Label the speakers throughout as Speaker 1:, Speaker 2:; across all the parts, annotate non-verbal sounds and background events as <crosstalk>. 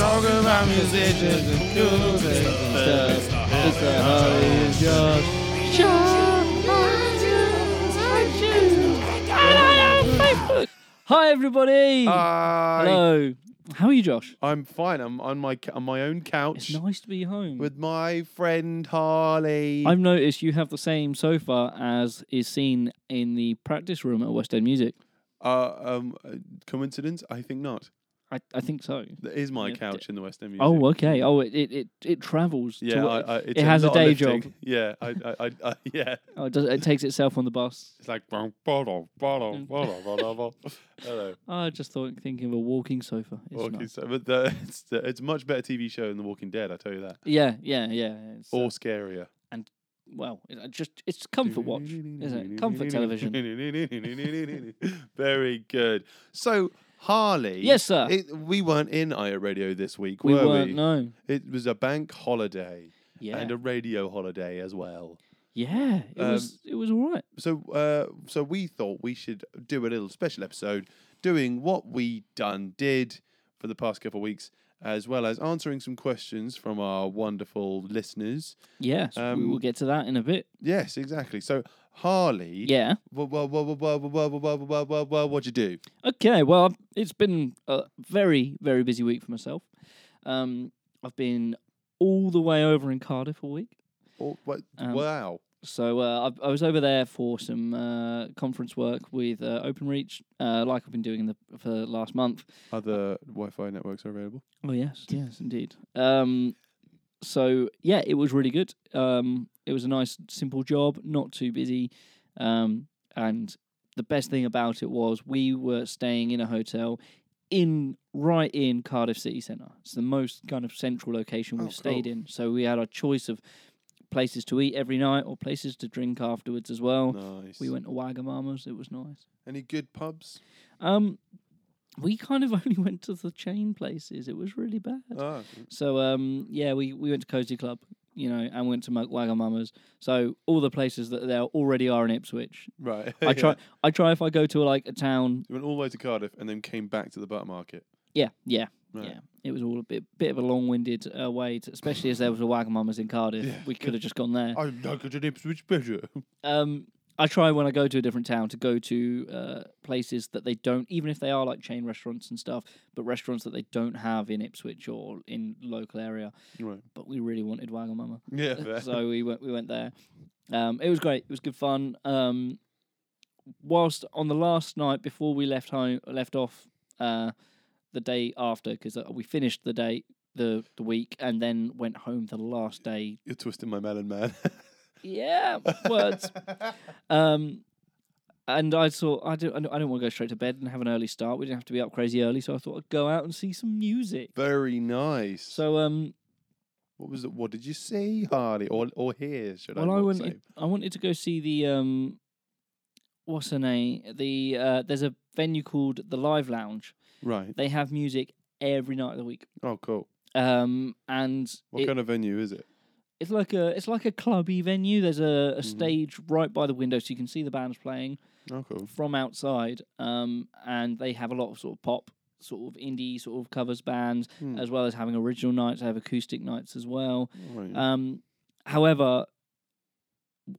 Speaker 1: are musicians and dudes and stuff. It's the holiday show.
Speaker 2: Hi, everybody.
Speaker 1: Hi.
Speaker 2: Hello. How are you, Josh?
Speaker 1: I'm fine. I'm on my ca- on my own
Speaker 2: It's
Speaker 1: couch
Speaker 2: nice to be home.
Speaker 1: with my friend Harley.
Speaker 2: I've noticed you have the same sofa as is seen in the practice room at West End Music.
Speaker 1: Uh, um, uh, coincidence? I think not.
Speaker 2: I, I think so.
Speaker 1: That is my
Speaker 2: Yeah, d-
Speaker 1: couch in the West End. Music.
Speaker 2: Oh, okay. Oh, it it, it, it travels. to
Speaker 1: Yeah,
Speaker 2: wo-
Speaker 1: I, I, it's
Speaker 2: it has a
Speaker 1: lot of
Speaker 2: day
Speaker 1: lifting.
Speaker 2: job.
Speaker 1: <laughs> Yeah, I, I, I, I yeah.
Speaker 2: oh, it, does, it takes itself on the bus.
Speaker 1: It's like bottle, bottle,
Speaker 2: Mm.
Speaker 1: bottle, bottle. Hello.
Speaker 2: I just thought thinking of a walking sofa. <laughs> It's
Speaker 1: Walking
Speaker 2: nice.
Speaker 1: so- but the, <laughs> it's the, it's a much better TV show than The Walking Dead. I tell you that.
Speaker 2: Yeah, yeah, yeah. It's, uh,
Speaker 1: Or scarier.
Speaker 2: well, it, I just it's comfort watch, isn't
Speaker 1: <laughs>
Speaker 2: it? Comfort television.
Speaker 1: television. <laughs> Very good. So Harley.
Speaker 2: Yes, sir.
Speaker 1: It, we weren't in IO Radio this week,
Speaker 2: we
Speaker 1: were
Speaker 2: weren't.
Speaker 1: we?
Speaker 2: No.
Speaker 1: It was a bank holiday
Speaker 2: Yeah.
Speaker 1: and a radio holiday as well.
Speaker 2: yeah. It
Speaker 1: um,
Speaker 2: was it was all right.
Speaker 1: So, uh, so we thought we should do a little special episode doing what we done did for the past couple of weeks, as well as answering some questions from our wonderful listeners.
Speaker 2: Yes. we will
Speaker 1: um,
Speaker 2: get to that in a bit.
Speaker 1: Yes, exactly. So, Harley,
Speaker 2: Yeah.
Speaker 1: wha- wha- wha- wha- wha- wha- wha- wha- wha- wha- wha- what'd you do?
Speaker 2: Okay, well, it's been a very, very busy week for myself. Um, I've been all the way over in Cardiff all week.
Speaker 1: Or what?
Speaker 2: Um,
Speaker 1: wow.
Speaker 2: So uh, I, I was over there for some uh, conference work with uh, OpenReach, uh, like I've been doing in the, for the last month. uh,
Speaker 1: Other Wi-Fi networks are available.
Speaker 2: Oh, yes, yes, indeed. Um, so, yeah, it was really good. Um, it was a nice, simple job, not too busy. Um, and the best thing about it was we were staying in a hotel in right in Cardiff City Centre. It's the most kind of central location
Speaker 1: Oh,
Speaker 2: we've stayed
Speaker 1: cool.
Speaker 2: in. So we had our choice of places to eat every night or places to drink afterwards as well.
Speaker 1: Nice.
Speaker 2: We went to Wagamama's. It was nice.
Speaker 1: Any good pubs?
Speaker 2: Um, we kind of <laughs> only went to the chain places. It was really bad.
Speaker 1: Ah, <laughs>
Speaker 2: So um, yeah, we, we went to Cozy Club, you know, and went to Mug- Wagamama's. So all the places that there already are in
Speaker 1: <laughs>
Speaker 2: Ipswich.
Speaker 1: right.
Speaker 2: I try. I try if I go to like a town.
Speaker 1: You went all the way to Cardiff and then came back to the butter market.
Speaker 2: Yeah, yeah,
Speaker 1: Right.
Speaker 2: yeah. It was all a bit bit of a long winded uh, way, to, especially as there was a Wagamama's in Cardiff.
Speaker 1: Yeah.
Speaker 2: We could have just
Speaker 1: <laughs>
Speaker 2: gone there.
Speaker 1: I like it an Ipswich better.
Speaker 2: Um, I try when I go to a different town to go to uh, places that they don't, even if they are like chain restaurants and stuff, but restaurants that they don't have in Ipswich or in local area.
Speaker 1: <laughs> Right.
Speaker 2: But we really wanted Wagamama.
Speaker 1: Yeah. fair.
Speaker 2: so we went we went there. Um, it was great. It was good fun. Um, whilst on the last night before we left home, left off uh, the day after because we finished the day the the week and then went home the last day.
Speaker 1: <laughs> You're twisting my melon, man. <laughs>
Speaker 2: Yeah, words. um, and I thought I don't I don't want to go straight to bed and have an early start. We didn't have to be up crazy early, so I thought I'd go out and see some music.
Speaker 1: Very nice.
Speaker 2: So um,
Speaker 1: what was it? What did you see, Harley, or or hear? Should
Speaker 2: well,
Speaker 1: I?
Speaker 2: I,
Speaker 1: not
Speaker 2: wanted I wanted to go see the um, what's her name? The uh, there's a venue called the Live Lounge.
Speaker 1: say? Right.
Speaker 2: They have music every night of the week.
Speaker 1: Oh, cool.
Speaker 2: Um, and
Speaker 1: What
Speaker 2: it-
Speaker 1: kind of venue is it?
Speaker 2: it's like a it's like a clubby venue. There's a, a
Speaker 1: Mhm.
Speaker 2: stage right by the window, so you can see the bands playing
Speaker 1: Oh, cool.
Speaker 2: from outside. Um, and they have a lot of sort of pop, sort of indie, sort of covers bands,
Speaker 1: Hmm.
Speaker 2: as well as having original nights. They have acoustic nights as well.
Speaker 1: Right.
Speaker 2: Um, however,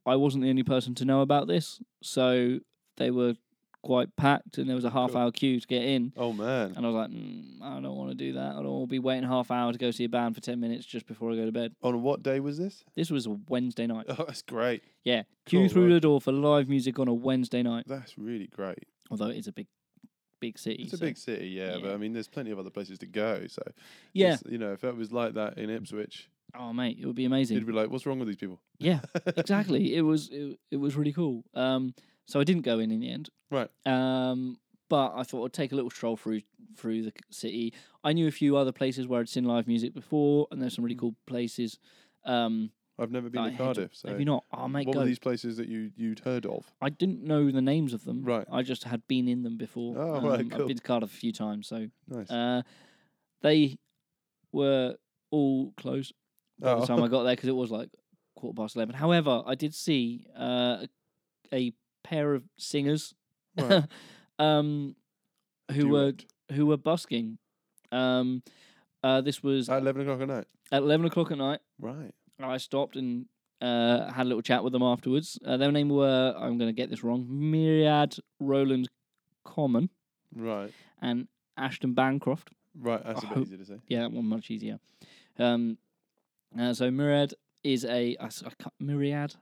Speaker 2: I wasn't the only person to know about this, so they were quite packed, and there was a half
Speaker 1: Cool.
Speaker 2: hour queue to get in.
Speaker 1: oh man.
Speaker 2: And I was like, mm, I don't want to do that. I don't want to be waiting half hour to go see a band for ten minutes just before I go to bed.
Speaker 1: On what day was this?
Speaker 2: This was a Wednesday night.
Speaker 1: <laughs> Oh, that's great.
Speaker 2: Yeah, queue
Speaker 1: cool,
Speaker 2: through
Speaker 1: right.
Speaker 2: the door for live music on a Wednesday night.
Speaker 1: That's really great.
Speaker 2: Although it's a big, big city.
Speaker 1: It's a
Speaker 2: so-
Speaker 1: big city, yeah, but
Speaker 2: yeah.
Speaker 1: I mean, there's plenty of other places to go. So
Speaker 2: Yeah.
Speaker 1: it's- you know, if it was like that in Ipswich,
Speaker 2: Oh mate, it would be
Speaker 1: you'd
Speaker 2: amazing.
Speaker 1: be like, "What's wrong with these people?" <laughs>
Speaker 2: Yeah. exactly. It was it, it was really cool. Um, so I didn't go in in the end.
Speaker 1: Right.
Speaker 2: Um, but I thought I'd take a little stroll through through the c- city. I knew a few other places where I'd seen live music before, and there's some really cool places. Um,
Speaker 1: Mm. I've never been
Speaker 2: that
Speaker 1: to
Speaker 2: I had
Speaker 1: Cardiff. So
Speaker 2: have you not? Oh mate,
Speaker 1: what
Speaker 2: go.
Speaker 1: were these places that you you'd heard of?
Speaker 2: I didn't know the names of them.
Speaker 1: Right.
Speaker 2: I just had been in them before. Um,
Speaker 1: Oh, right, cool.
Speaker 2: I've been to Cardiff a few times, so
Speaker 1: Nice.
Speaker 2: uh, they were all closed by
Speaker 1: Oh.
Speaker 2: the time I got there because it was like quarter past eleven. However, I did see uh, a pair of singers
Speaker 1: <laughs> Right.
Speaker 2: um, <laughs> who
Speaker 1: Do you
Speaker 2: were
Speaker 1: want-
Speaker 2: who were busking. Um, Uh, this was
Speaker 1: At 11 o'clock at night.
Speaker 2: at eleven o'clock at night.
Speaker 1: Right.
Speaker 2: I stopped and uh, had a little chat with them afterwards. Uh, their name were I'm going to get this wrong. Myriad Roland Common
Speaker 1: Right.
Speaker 2: and Ashton Bancroft.
Speaker 1: Right. That's a
Speaker 2: Oh.
Speaker 1: bit easier to say.
Speaker 2: Yeah, that one much easier. Um, uh, so Myriad is a I s- I can't- Myriad.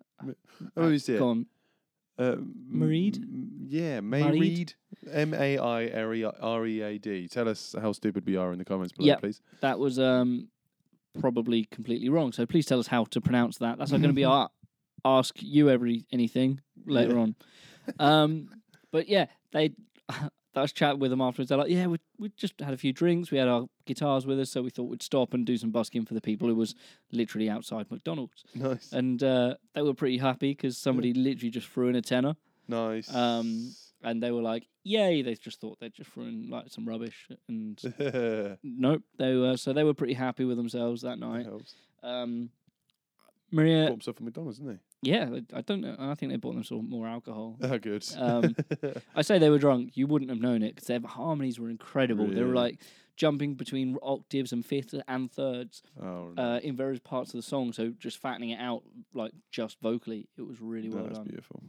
Speaker 1: Let me see it.
Speaker 2: Go on.
Speaker 1: Uh,
Speaker 2: Mareed?
Speaker 1: m- Yeah, Mayreed.
Speaker 2: Mareed?
Speaker 1: M A I R E R E A D. Tell us how stupid we are in the comments below,
Speaker 2: Yeah.
Speaker 1: please. <laughs>
Speaker 2: That was um, probably completely wrong. So please tell us how to pronounce that. That's not going to be our ask you every anything later
Speaker 1: Yeah.
Speaker 2: on. Um, but yeah, they. <laughs> I was chatting with them afterwards. They're like, "Yeah, we we just had a few drinks. We had our guitars with us, so we thought we'd stop and do some busking for the people who was literally outside McDonald's."
Speaker 1: Nice.
Speaker 2: And uh, they were pretty happy because somebody literally just threw in a tenner.
Speaker 1: nice. <laughs>
Speaker 2: Um, and they were like, "Yay!" They just thought they'd just thrown like some rubbish, and
Speaker 1: that
Speaker 2: nope, they were so they were pretty happy with themselves that night.
Speaker 1: helps.
Speaker 2: Um, Maria,
Speaker 1: Bought himself from McDonald's, didn't
Speaker 2: yeah, I- I don't know. I think they bought themselves more alcohol.
Speaker 1: he? <laughs> Oh, good.
Speaker 2: <laughs> Um, I say they were drunk. You wouldn't have known it because their harmonies were incredible. They were
Speaker 1: Really?
Speaker 2: like jumping between octaves and fifths and thirds
Speaker 1: oh, no.
Speaker 2: uh, in various parts of the song. So just fattening it out, like just vocally, it was really
Speaker 1: No,
Speaker 2: well
Speaker 1: that's
Speaker 2: done.
Speaker 1: beautiful.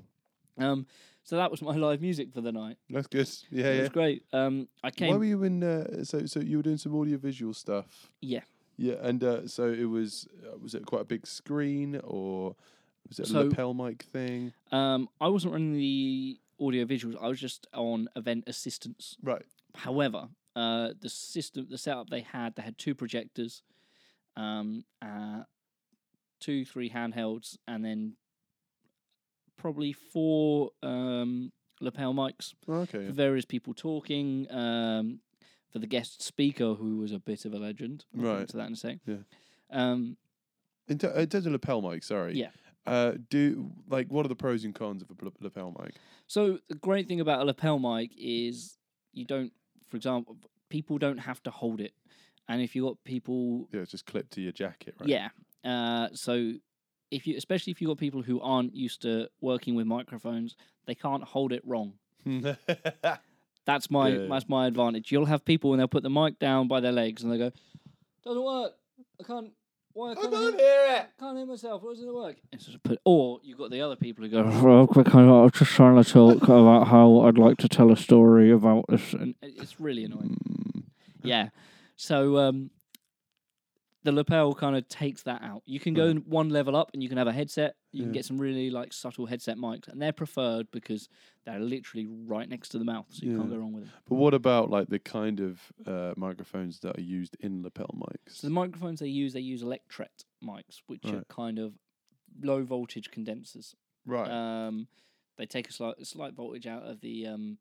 Speaker 2: Um, so that was my <laughs> live music for the night.
Speaker 1: That's good. Yeah,
Speaker 2: it
Speaker 1: yeah.
Speaker 2: was great. Um, I
Speaker 1: Why
Speaker 2: came.
Speaker 1: were you in? Uh, so, so you were doing some audiovisual stuff.
Speaker 2: Yeah.
Speaker 1: Yeah, and uh, so it was. Uh, was it quite a big screen or was it a
Speaker 2: So-
Speaker 1: lapel mic thing?
Speaker 2: Um, I wasn't running the audio visuals. I was just on event assistance.
Speaker 1: Right.
Speaker 2: However, uh, the system, the setup they had, they had two projectors, um, uh, two, three handhelds, and then probably four um, lapel mics
Speaker 1: Oh, okay.
Speaker 2: for various people talking. Um, for the guest speaker, who was a bit of a legend. I'll get
Speaker 1: Right.
Speaker 2: into that in a sec.
Speaker 1: Yeah.
Speaker 2: Um,
Speaker 1: In, ter- in terms of lapel mic, sorry.
Speaker 2: Yeah.
Speaker 1: Uh, do like what are the pros and cons of a bl- lapel mic?
Speaker 2: So the great thing about a lapel mic is you don't, for example, people don't have to hold it, and if you got people,
Speaker 1: Yeah, it's just clipped to your jacket, <laughs> right?
Speaker 2: yeah. <laughs> Uh, so if you, especially if you got people who aren't used to working with microphones, they can't hold it wrong.
Speaker 1: Yeah.
Speaker 2: That's my
Speaker 1: Yeah.
Speaker 2: that's my advantage. You'll have people when they'll put the mic down by their legs and they go, "Doesn't work. I can't. Why I can't, hear,
Speaker 1: hear
Speaker 2: can't hear myself. Why doesn't it work?" It's just put, or you've got the other people who go, "Oh, quick, I was just trying to talk about how I'd like to tell a story about this," and it- it's really annoying.
Speaker 1: Mm.
Speaker 2: Yeah. So um, the lapel kind of takes that out. You can go
Speaker 1: Right.
Speaker 2: n- one level up and you can have a headset. You can
Speaker 1: Yeah.
Speaker 2: get some really like subtle headset mics, and they're preferred because they're literally right next to the mouth, so you can't
Speaker 1: Yeah.
Speaker 2: go wrong with it.
Speaker 1: But what about like the kind of uh, microphones that are used in lapel mics?
Speaker 2: So the microphones they use, they use Electret mics, which are
Speaker 1: Right.
Speaker 2: kind of low voltage condensers.
Speaker 1: right.
Speaker 2: Um, they take a slight, a slight voltage out of the um,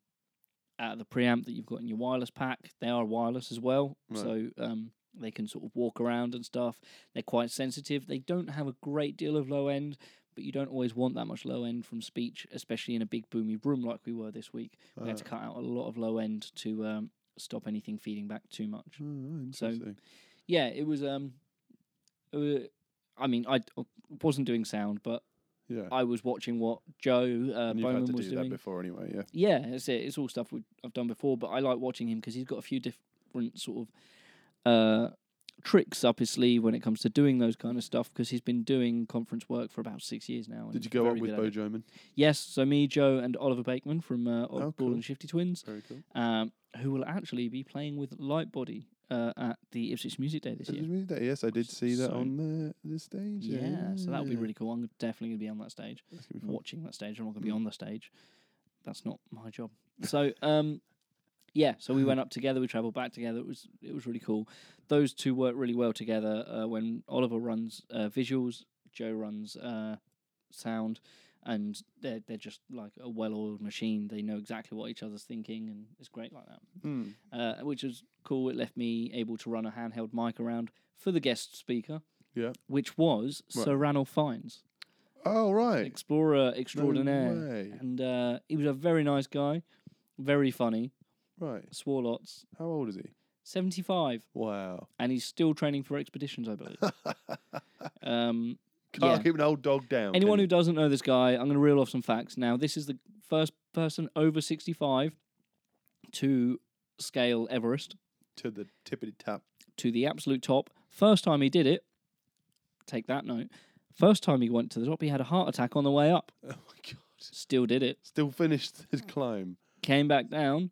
Speaker 2: out of the preamp that you've got in your wireless pack. They are wireless as well,
Speaker 1: Right.
Speaker 2: so um, they can sort of walk around and stuff. They're quite sensitive. They don't have a great deal of low end, but you don't always want that much low end from speech, especially in a big boomy room like we were this week. We had
Speaker 1: Uh,
Speaker 2: to cut out a lot of low end to um, stop anything feeding back too much
Speaker 1: oh,
Speaker 2: so-
Speaker 1: interesting.
Speaker 2: yeah, it was. Um, it wa- I mean, I d- wasn't doing sound, but
Speaker 1: yeah.
Speaker 2: I was watching what Joe uh,
Speaker 1: and you've
Speaker 2: Bowman
Speaker 1: had to
Speaker 2: was
Speaker 1: do that
Speaker 2: doing.
Speaker 1: before anyway, yeah.
Speaker 2: yeah, that's it. It's all stuff we, I've done before, but I like watching him because he's got a few different sort of uh, tricks up his sleeve when it comes to doing those kind of stuff. Because he's been doing conference work for about six years now. and
Speaker 1: Did you
Speaker 2: he's
Speaker 1: go up
Speaker 2: very
Speaker 1: with
Speaker 2: good at
Speaker 1: Bo
Speaker 2: it.
Speaker 1: Joman?
Speaker 2: Yes, so me, Joe, and Oliver Bakeman from uh, Oddball
Speaker 1: cool.
Speaker 2: and Shifty Twins,
Speaker 1: Very cool.
Speaker 2: um, who will actually be playing with Lightbody uh, at the Ipswich Music Day this
Speaker 1: Did
Speaker 2: year.
Speaker 1: you read that? Yes, I did see that
Speaker 2: So-
Speaker 1: on the, the stage.
Speaker 2: Yeah, so that'll be
Speaker 1: yeah.
Speaker 2: really cool. I'm definitely going to be on that stage,
Speaker 1: That's gonna be fun.
Speaker 2: watching that stage. I'm not going to
Speaker 1: Mm.
Speaker 2: be on the stage. That's not my job.
Speaker 1: <laughs>
Speaker 2: So, um, yeah, so we went up together. We travelled back together. It was it was really cool. Those two work really well together. Uh, when Oliver runs uh, visuals, Joe runs uh, sound, and they're they're just like a well-oiled machine. They know exactly what each other's thinking, and it's great like that
Speaker 1: Mm.
Speaker 2: uh, which was cool. It left me able to run a handheld mic around for the guest speaker.
Speaker 1: Yeah.
Speaker 2: Which was
Speaker 1: Right.
Speaker 2: Sir Ranulph Fiennes,
Speaker 1: Oh, right.
Speaker 2: explorer extraordinaire.
Speaker 1: way.
Speaker 2: and uh, he was a very nice guy, very funny,
Speaker 1: Right.
Speaker 2: swore lots.
Speaker 1: How old is he?
Speaker 2: 75,
Speaker 1: Wow.
Speaker 2: and he's still training for expeditions, I believe. um,
Speaker 1: Can't
Speaker 2: Yeah.
Speaker 1: keep an old dog down.
Speaker 2: anyone who
Speaker 1: can
Speaker 2: doesn't know this guy, I'm going to reel off some facts. Now, this is the first person over 65 to scale Everest.
Speaker 1: you? to the tippity tap. <laughs>
Speaker 2: to the absolute top. First time he did it, take that note. First time he went to the top, he had a heart attack on the way up.
Speaker 1: Oh my god!
Speaker 2: Still did it.
Speaker 1: Still finished his climb.
Speaker 2: Came back down,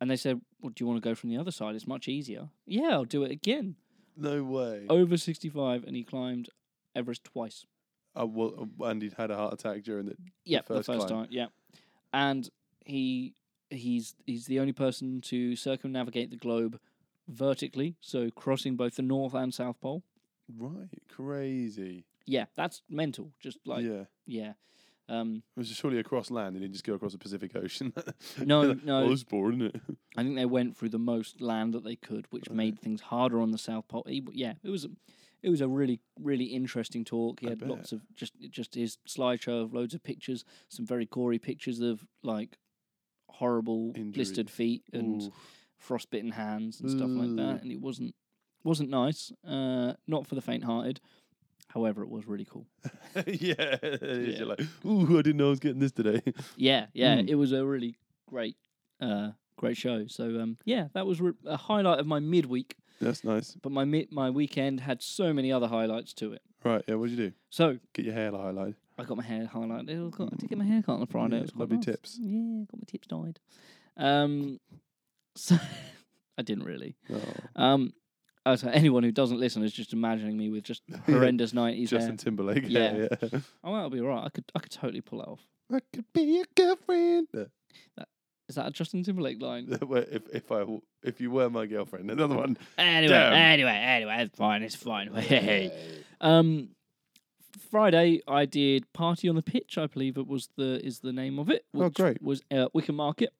Speaker 2: and they said, "Well, do you want to go from the other side? It's much easier." Yeah, I'll do it again.
Speaker 1: No way.
Speaker 2: Over sixty-five, and he climbed Everest twice.
Speaker 1: Oh, well, uh, and he'd had a heart attack during the.
Speaker 2: Yeah, the
Speaker 1: first
Speaker 2: first,
Speaker 1: climb.
Speaker 2: time. Yeah, and he he's he's the only person to circumnavigate the globe vertically, so crossing both the North and South Pole.
Speaker 1: Right, crazy.
Speaker 2: Yeah, that's mental. Just like
Speaker 1: yeah, it
Speaker 2: yeah. Um,
Speaker 1: was surely across land. He didn't just go across the Pacific Ocean. <laughs>
Speaker 2: No,
Speaker 1: Well,
Speaker 2: no.
Speaker 1: it's boring, isn't it?
Speaker 2: I think they went through the most land that they could, which
Speaker 1: Okay.
Speaker 2: made things harder on the South Pole. He- yeah, it was, a- it was a really, really interesting talk. He
Speaker 1: I
Speaker 2: had
Speaker 1: bet.
Speaker 2: lots of just, just his slideshow of loads of pictures, some very gory pictures of like horrible
Speaker 1: Injury.
Speaker 2: blistered feet and
Speaker 1: Ooh.
Speaker 2: frostbitten hands and stuff like
Speaker 1: Ooh.
Speaker 2: that. And it wasn't, wasn't nice. Uh, not for the faint-hearted. However, it was really cool.
Speaker 1: <laughs> yeah, <laughs> it is.
Speaker 2: Yeah.
Speaker 1: you're like, ooh, I didn't know I was getting this today. <laughs>
Speaker 2: Yeah, yeah,
Speaker 1: Mm.
Speaker 2: it was a really great, uh, great show. So um, yeah, that was re- a highlight of my midweek.
Speaker 1: That's nice.
Speaker 2: but my mi- my weekend had so many other highlights to it.
Speaker 1: Right, yeah. What'd you do?
Speaker 2: So
Speaker 1: Get your hair highlighted.
Speaker 2: I got my hair highlighted. Oh, God, I did get my hair cut on the Friday.
Speaker 1: Yeah,
Speaker 2: it was quite
Speaker 1: lovely
Speaker 2: nice.
Speaker 1: tips.
Speaker 2: Yeah, got my tips dyed. Um, <laughs> so I didn't really.
Speaker 1: Oh,
Speaker 2: Um, uh, so anyone who doesn't listen is just imagining me with
Speaker 1: <laughs>
Speaker 2: just horrendous nineties hair.
Speaker 1: Justin Timberlake. <laughs>
Speaker 2: Yeah.
Speaker 1: yeah.
Speaker 2: Oh, that'll be all right. I could I could totally pull that off.
Speaker 1: I could be your girlfriend. <laughs>
Speaker 2: Is that a Justin Timberlake line?
Speaker 1: Well, if if I w- if you were my girlfriend, another one.
Speaker 2: anyway,
Speaker 1: Damn.
Speaker 2: anyway, anyway, it's fine. It's fine. <laughs> Hey. Um, Friday I did Party on the Pitch. I believe it was the is the name of it.
Speaker 1: Oh,
Speaker 2: which
Speaker 1: great.
Speaker 2: Was uh, Wickham Market.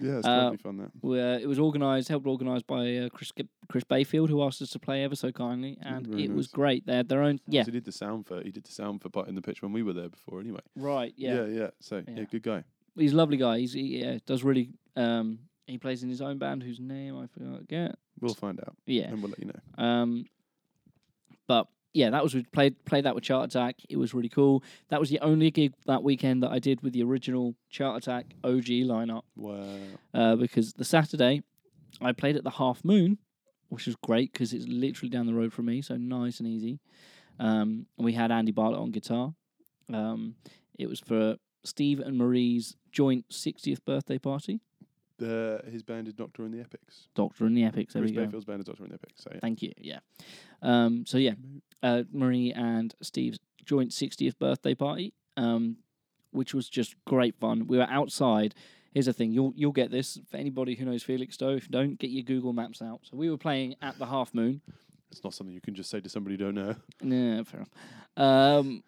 Speaker 1: Yeah, it's
Speaker 2: Uh,
Speaker 1: totally fun. That
Speaker 2: Where it was organised, helped organised by uh, Chris Chris Bayfield, who asked us to play ever so kindly, and
Speaker 1: very
Speaker 2: it was
Speaker 1: nice.
Speaker 2: great. They had their own. Yeah,
Speaker 1: he did the sound for he did the sound for part in the pitch when we were there before. Anyway.
Speaker 2: right. Yeah.
Speaker 1: yeah, So yeah,
Speaker 2: Yeah.
Speaker 1: good guy.
Speaker 2: he's a lovely guy. He's he, yeah, does really. Um, he plays in his own band, whose name I forget.
Speaker 1: We'll find out
Speaker 2: Yeah.
Speaker 1: and we'll let you know.
Speaker 2: Um, but yeah, that was we played played that with Chart Attack. It was really cool. That was the only gig that weekend that I did with the original Chart Attack OG lineup
Speaker 1: Wow.
Speaker 2: uh, because the Saturday I played at the Half Moon, which was great because it's literally down the road from me, so nice and easy. Um, and we had Andy Bartlett on guitar. Um, it was for Steve and Marie's joint 60th birthday party.
Speaker 1: The, his band is Doctor in the Epics.
Speaker 2: Doctor and the Epics. There
Speaker 1: Chris
Speaker 2: we go.
Speaker 1: Bayfield's band is Doctor in the Epics. So yeah.
Speaker 2: Thank you. Yeah. Um, so yeah,
Speaker 1: Move.
Speaker 2: uh, Marie and Steve's joint 60th birthday party, um, which was just great fun. We were outside. Here's the thing: you'll you'll get this for anybody who knows Felixstowe. If you don't, get your Google Maps out. So we were playing at the Half Moon.
Speaker 1: It's not something you can just say to somebody you don't know.
Speaker 2: Nah, fair enough. Um,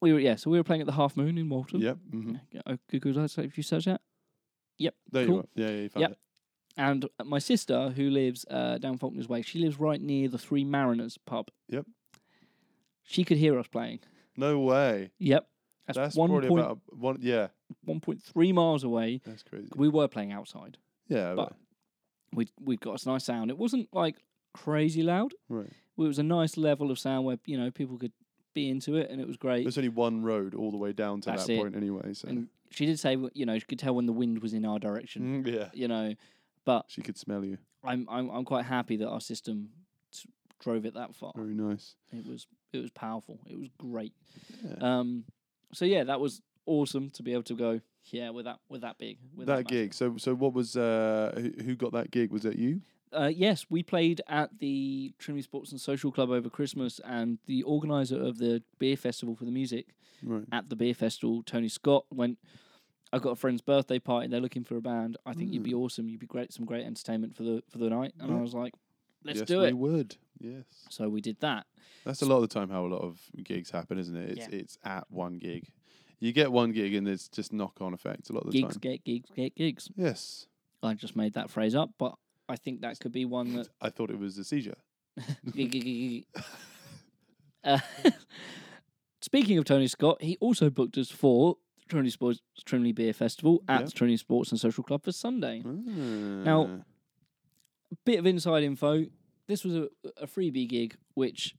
Speaker 2: we were yeah, so we were playing at the Half Moon in Walton.
Speaker 1: Yep. Mm-hmm.
Speaker 2: Yeah, oh, Google Earth. so If you search that,
Speaker 1: There
Speaker 2: Cool.
Speaker 1: you are. Yeah, yeah, you found
Speaker 2: Yep. and my sister who lives uh, down Faulkner's Way, she lives right near the Three Mariners pub.
Speaker 1: Yep.
Speaker 2: She could hear us playing.
Speaker 1: it. No way.
Speaker 2: Yep.
Speaker 1: That's,
Speaker 2: one
Speaker 1: probably
Speaker 2: point
Speaker 1: about one. Yeah,
Speaker 2: one point three miles away.
Speaker 1: that's crazy.
Speaker 2: We were playing outside.
Speaker 1: Yeah,
Speaker 2: but- We we got a nice sound. It wasn't like crazy loud.
Speaker 1: right.
Speaker 2: It was a nice level of sound where you know people could be into it, and it was great.
Speaker 1: There's only one road all the way down to
Speaker 2: That's
Speaker 1: that
Speaker 2: it.
Speaker 1: point anyway. So
Speaker 2: And she did say you know she could tell when the wind was in our direction.
Speaker 1: Mm, yeah,
Speaker 2: You know, but
Speaker 1: she could smell you.
Speaker 2: I'm I'm I'm quite happy that our system t- drove it that far.
Speaker 1: Very nice.
Speaker 2: It was it was powerful. It was great.
Speaker 1: Yeah.
Speaker 2: Um, so yeah, that was awesome to be able to go. Yeah, with that with that big with
Speaker 1: that
Speaker 2: massive.
Speaker 1: gig. So so what was uh who, who got that gig? Was it you?
Speaker 2: Uh, yes, we played at the Trinity Sports and Social Club over Christmas, and the organizer of the beer festival for the music
Speaker 1: Right.
Speaker 2: at the beer festival, Tony Scott, went. I've got a friend's birthday party. They're looking for a band. I think you'd be awesome. You'd be great. Some great entertainment for the for the night. And I
Speaker 1: Mm. Yeah.
Speaker 2: was like, let's
Speaker 1: yes,
Speaker 2: do
Speaker 1: we
Speaker 2: it.
Speaker 1: would. Yes.
Speaker 2: So we did that.
Speaker 1: That's a lot of the time how a lot of gigs happen, isn't it? It's it's at one gig. You get one gig and there's just knock on effects a lot of the
Speaker 2: Gigs
Speaker 1: time.
Speaker 2: get gigs get gigs.
Speaker 1: Yes.
Speaker 2: I just made that phrase up, but I think that could be one that
Speaker 1: I thought it was a seizure.
Speaker 2: <laughs> Uh, Speaking of Tony Scott, he also booked us for the Trinity Sports Trinity Beer Festival at
Speaker 1: Yeah. Mm.
Speaker 2: the Trinity Sports and Social Club for Sunday.
Speaker 1: Now
Speaker 2: Bit of inside info: this was a, a freebie gig, which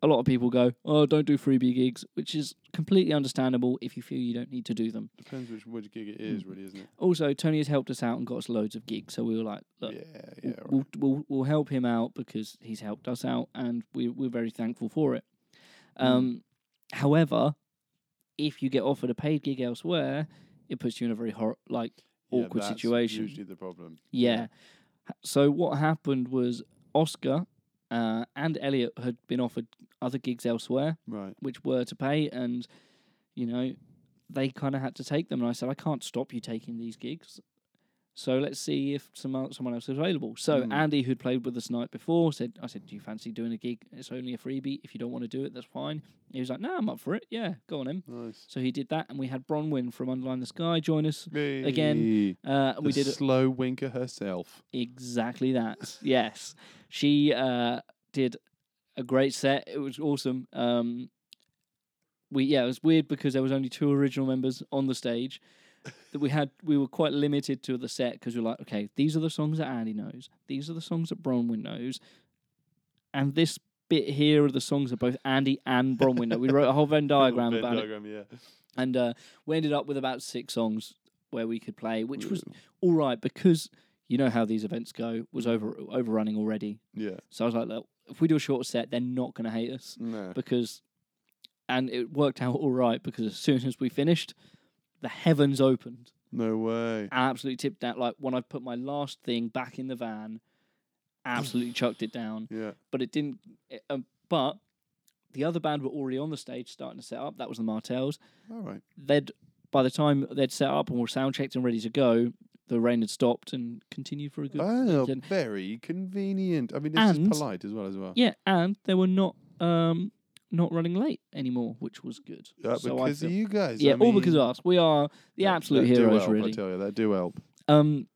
Speaker 2: a lot of people go, "Oh, don't do freebie gigs," which is completely understandable if you feel you don't need to do them.
Speaker 1: Depends which which gig it is, really, isn't it?
Speaker 2: Also, Tony has helped us out and got us loads of gigs, so we were like, "Look,
Speaker 1: yeah, yeah.
Speaker 2: we'll,
Speaker 1: right.
Speaker 2: we'll, we'll, we'll help him out because he's helped us out and we, we're very thankful for it.
Speaker 1: Hmm.
Speaker 2: Um, However, if you get offered a paid gig elsewhere, it puts you in a very hor- like
Speaker 1: Yeah,
Speaker 2: awkward
Speaker 1: that's
Speaker 2: situation.
Speaker 1: Usually the problem.
Speaker 2: Yeah. H- So what happened was Oscar uh, and Elliot had been offered other gigs elsewhere,
Speaker 1: Right.
Speaker 2: which were to pay, and you know they kind of had to take them. And I said, I can't stop you taking these gigs. So let's see if some el- someone else is available. So
Speaker 1: Mm.
Speaker 2: Andy, who'd played with us the night before, said, "I said, do you fancy doing a gig? It's only a freebie. If you don't want to do it, that's fine." He was like, "No, I'm up for it. Yeah, go on in."
Speaker 1: Nice.
Speaker 2: So he did that, and we had Bronwyn from Underline the Sky join us,
Speaker 1: Hey,
Speaker 2: Again, uh, and we
Speaker 1: the
Speaker 2: did
Speaker 1: slow winker herself. <laughs>
Speaker 2: Exactly that. yes, she uh, did a great set. It was awesome. Um, we yeah, it was weird because there was only two original members on the stage. That we had, we were quite limited to the set because we were like, okay, these are the songs that Andy knows. These are the songs that Bronwyn knows, and this bit here are the songs that both Andy and Bronwyn know. We wrote a whole Venn diagram
Speaker 1: Venn
Speaker 2: about it,
Speaker 1: diagram, yeah.
Speaker 2: and uh, we ended up with about six songs where we could play, which was all right because you know how these events go was over overrunning already.
Speaker 1: yeah.
Speaker 2: So I was like, look, if we do a short set, they're not going to hate us
Speaker 1: No.
Speaker 2: because, and it worked out all right because as soon as we finished, the heavens opened.
Speaker 1: No way.
Speaker 2: I absolutely tipped that. Like when I put my last thing back in the van, absolutely chucked it down.
Speaker 1: Yeah.
Speaker 2: But it didn't. It, um, but the other band were already on the stage starting to set up. That was the Martels
Speaker 1: All right.
Speaker 2: they'd by the time they'd set up and were sound checked and ready to go, the rain had stopped and continued for a good.
Speaker 1: Oh,
Speaker 2: weekend.
Speaker 1: very convenient. I mean, this is
Speaker 2: And-
Speaker 1: polite as well as well.
Speaker 2: yeah, and they were not um not running late anymore, which was good.
Speaker 1: Uh,
Speaker 2: So I
Speaker 1: because
Speaker 2: feel-
Speaker 1: of you guys.
Speaker 2: yeah,
Speaker 1: I
Speaker 2: all because
Speaker 1: mean,
Speaker 2: of us. We are the
Speaker 1: that-
Speaker 2: absolute
Speaker 1: that do
Speaker 2: heroes,
Speaker 1: help, I
Speaker 2: really.
Speaker 1: tell you, that do help.
Speaker 2: Um,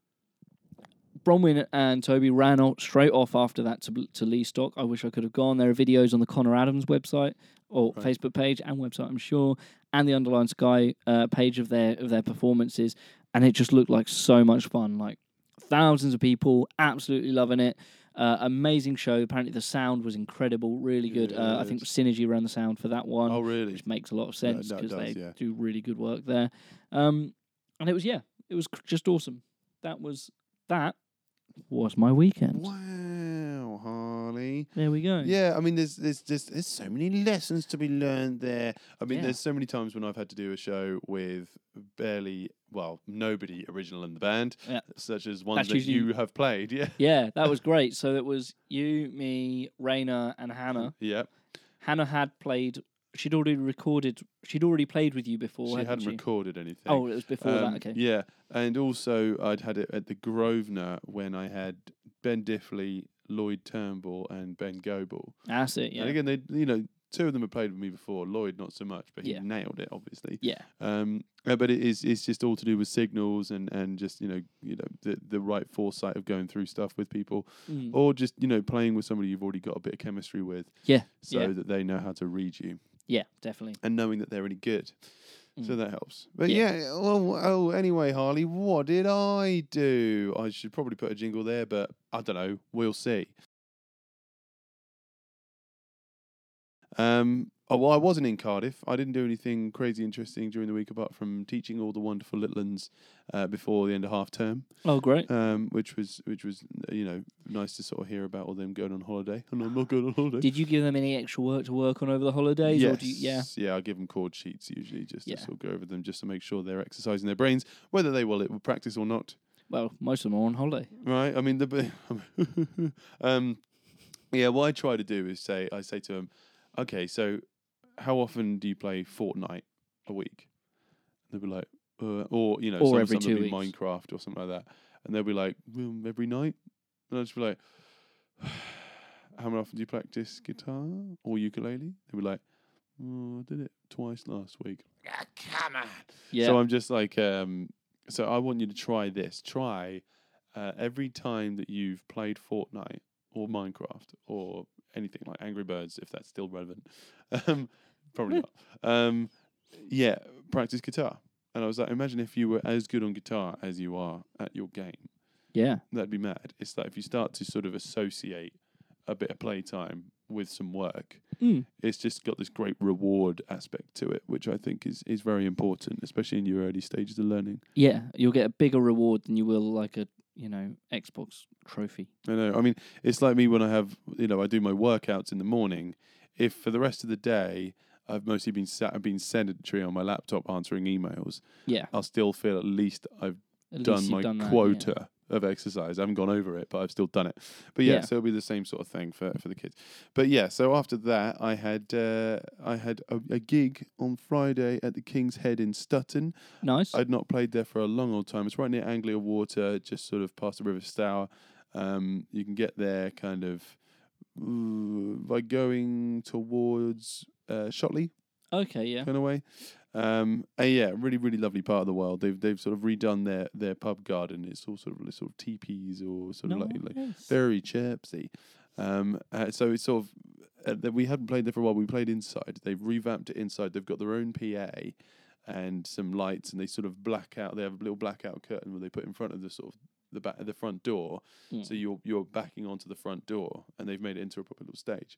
Speaker 2: Bronwyn and Toby ran off, straight off after that to, to Lee Stock. I wish I could have gone. There are videos on the Connor Adams website or
Speaker 1: Right.
Speaker 2: Facebook page and website, I'm sure, and the Underline Sky uh, page of their of their performances, and it just looked like so much fun. Like thousands of people, absolutely loving it. Uh, amazing show. Apparently, the sound was incredible, really good. Uh, I think
Speaker 1: Yes.
Speaker 2: synergy around the sound for that one
Speaker 1: Oh, really?
Speaker 2: which makes a lot of sense
Speaker 1: no, it
Speaker 2: because
Speaker 1: does,
Speaker 2: they
Speaker 1: yeah.
Speaker 2: do really good work there. Um, and it was yeah, it was cr- just awesome. That was that was my weekend.
Speaker 1: Wow, Harley.
Speaker 2: There we go.
Speaker 1: Yeah, I mean, there's there's just there's so many lessons to be learned there. I mean,
Speaker 2: Yeah.
Speaker 1: there's so many times when I've had to do a show with barely, well, nobody original in the band,
Speaker 2: Yeah.
Speaker 1: such as ones
Speaker 2: That's
Speaker 1: that
Speaker 2: usually-
Speaker 1: you have played.
Speaker 2: <laughs>
Speaker 1: Yeah,
Speaker 2: Yeah, that was great. So it was you, me, Raina, and Hannah.
Speaker 1: <laughs> yeah.
Speaker 2: Hannah had played. She'd already recorded. She'd already played with you before.
Speaker 1: she
Speaker 2: hadn't
Speaker 1: hadn't
Speaker 2: she?
Speaker 1: recorded anything.
Speaker 2: Oh, it was before
Speaker 1: Um,
Speaker 2: that. Okay.
Speaker 1: Yeah, and also I'd had it at the Grosvenor when I had Ben Diffley, Lloyd Turnbull, and Ben Goble.
Speaker 2: That's it. Yeah.
Speaker 1: And again, they you know two of them had played with me before. Lloyd not so much, but he
Speaker 2: Yeah.
Speaker 1: nailed it obviously.
Speaker 2: yeah.
Speaker 1: Um, uh, but it is it's just all to do with signals and, and just you know you know the the right foresight of going through stuff with people
Speaker 2: Mm.
Speaker 1: or just you know playing with somebody you've already got a bit of chemistry with
Speaker 2: Yeah,
Speaker 1: so
Speaker 2: yeah.
Speaker 1: that they know how to read you
Speaker 2: Yeah. Definitely.
Speaker 1: and knowing that they're any good so
Speaker 2: Mm.
Speaker 1: that helps but yeah,
Speaker 2: Yeah.
Speaker 1: oh, oh anyway Harley what did I do I should probably put a jingle there but I don't know we'll see Um, oh, well, I wasn't in Cardiff. I didn't do anything crazy interesting during the week apart from teaching all the wonderful little ones uh, before the end of half term,
Speaker 2: Oh, great.
Speaker 1: um, which was which was you know nice to sort of hear about all them going on holiday. <laughs> And I'm not going on holiday.
Speaker 2: Did you give them any extra work to work on over the holidays? Or do you, yeah.
Speaker 1: yeah. I give them chord sheets usually just
Speaker 2: Yeah.
Speaker 1: to sort of go over them just to make sure they're exercising their brains, whether they will it will practice or not.
Speaker 2: Well, most of them are on holiday.
Speaker 1: Right? I mean, the b- <laughs> um, yeah. What I try to do is say, I say to them, okay, so how often do you play Fortnite a week? And they'll be like, uh, or you know,
Speaker 2: Or
Speaker 1: some,
Speaker 2: every
Speaker 1: some will
Speaker 2: two
Speaker 1: be
Speaker 2: weeks.
Speaker 1: Minecraft or something like that, and they'll be like, "Um, every night. And I'll just be like, <sighs> how often do you practice guitar or ukulele? They'll be like, oh, I did it twice last week. Ah, come on.
Speaker 2: Yeah.
Speaker 1: So I'm just like, um, so I want you to try this. Try uh, every time that you've played Fortnite or Minecraft or anything like Angry Birds, if that's still relevant. <laughs> Um, probably not. Um, yeah, practice guitar. And I was like, imagine if you were as good on guitar as you are at your game.
Speaker 2: yeah.
Speaker 1: That'd be mad. It's like if you start to sort of associate a bit of playtime with some work.
Speaker 2: Mm.
Speaker 1: It's just got this great reward aspect to it, which I think is, is very important, especially in your early stages of learning.
Speaker 2: Yeah, you'll get a bigger reward than you will like a you know Xbox trophy.
Speaker 1: I know. I mean, it's like me when I have, you know, I do my workouts in the morning. If for the rest of the day I've mostly been sat, I've been sedentary on my laptop answering emails,
Speaker 2: Yeah,
Speaker 1: I'll still feel at least I've
Speaker 2: at
Speaker 1: done
Speaker 2: least
Speaker 1: my
Speaker 2: you've done that, yeah.
Speaker 1: quota of exercise. I haven't gone over it, but I've still done it. But yeah,
Speaker 2: Yeah.
Speaker 1: so it'll be the same sort of thing for, for the kids. But yeah, so after that, I had uh, I had a, a gig on Friday at the King's Head in Stutton.
Speaker 2: Nice.
Speaker 1: I'd not played there for a long old time. It's right near Anglia Water, just sort of past the River Stour. Um, you can get there kind of ooh, by going towards uh, Shotley
Speaker 2: okay, yeah.
Speaker 1: kind of way. Um, and yeah, really, really lovely part of the world. They've they've sort of redone their their pub garden. It's all sort of sort of teepees or sort of like, like
Speaker 2: Nice.
Speaker 1: very chirpsy. Um, uh, so it's sort of uh, that we hadn't played there for a while. We played inside. They've revamped it inside. They've got their own PA and some lights, and they sort of black out. They have a little blackout curtain where they put in front of the sort of the back the front door. So
Speaker 2: Mm.
Speaker 1: you're you're backing onto the front door, and they've made it into a proper little stage.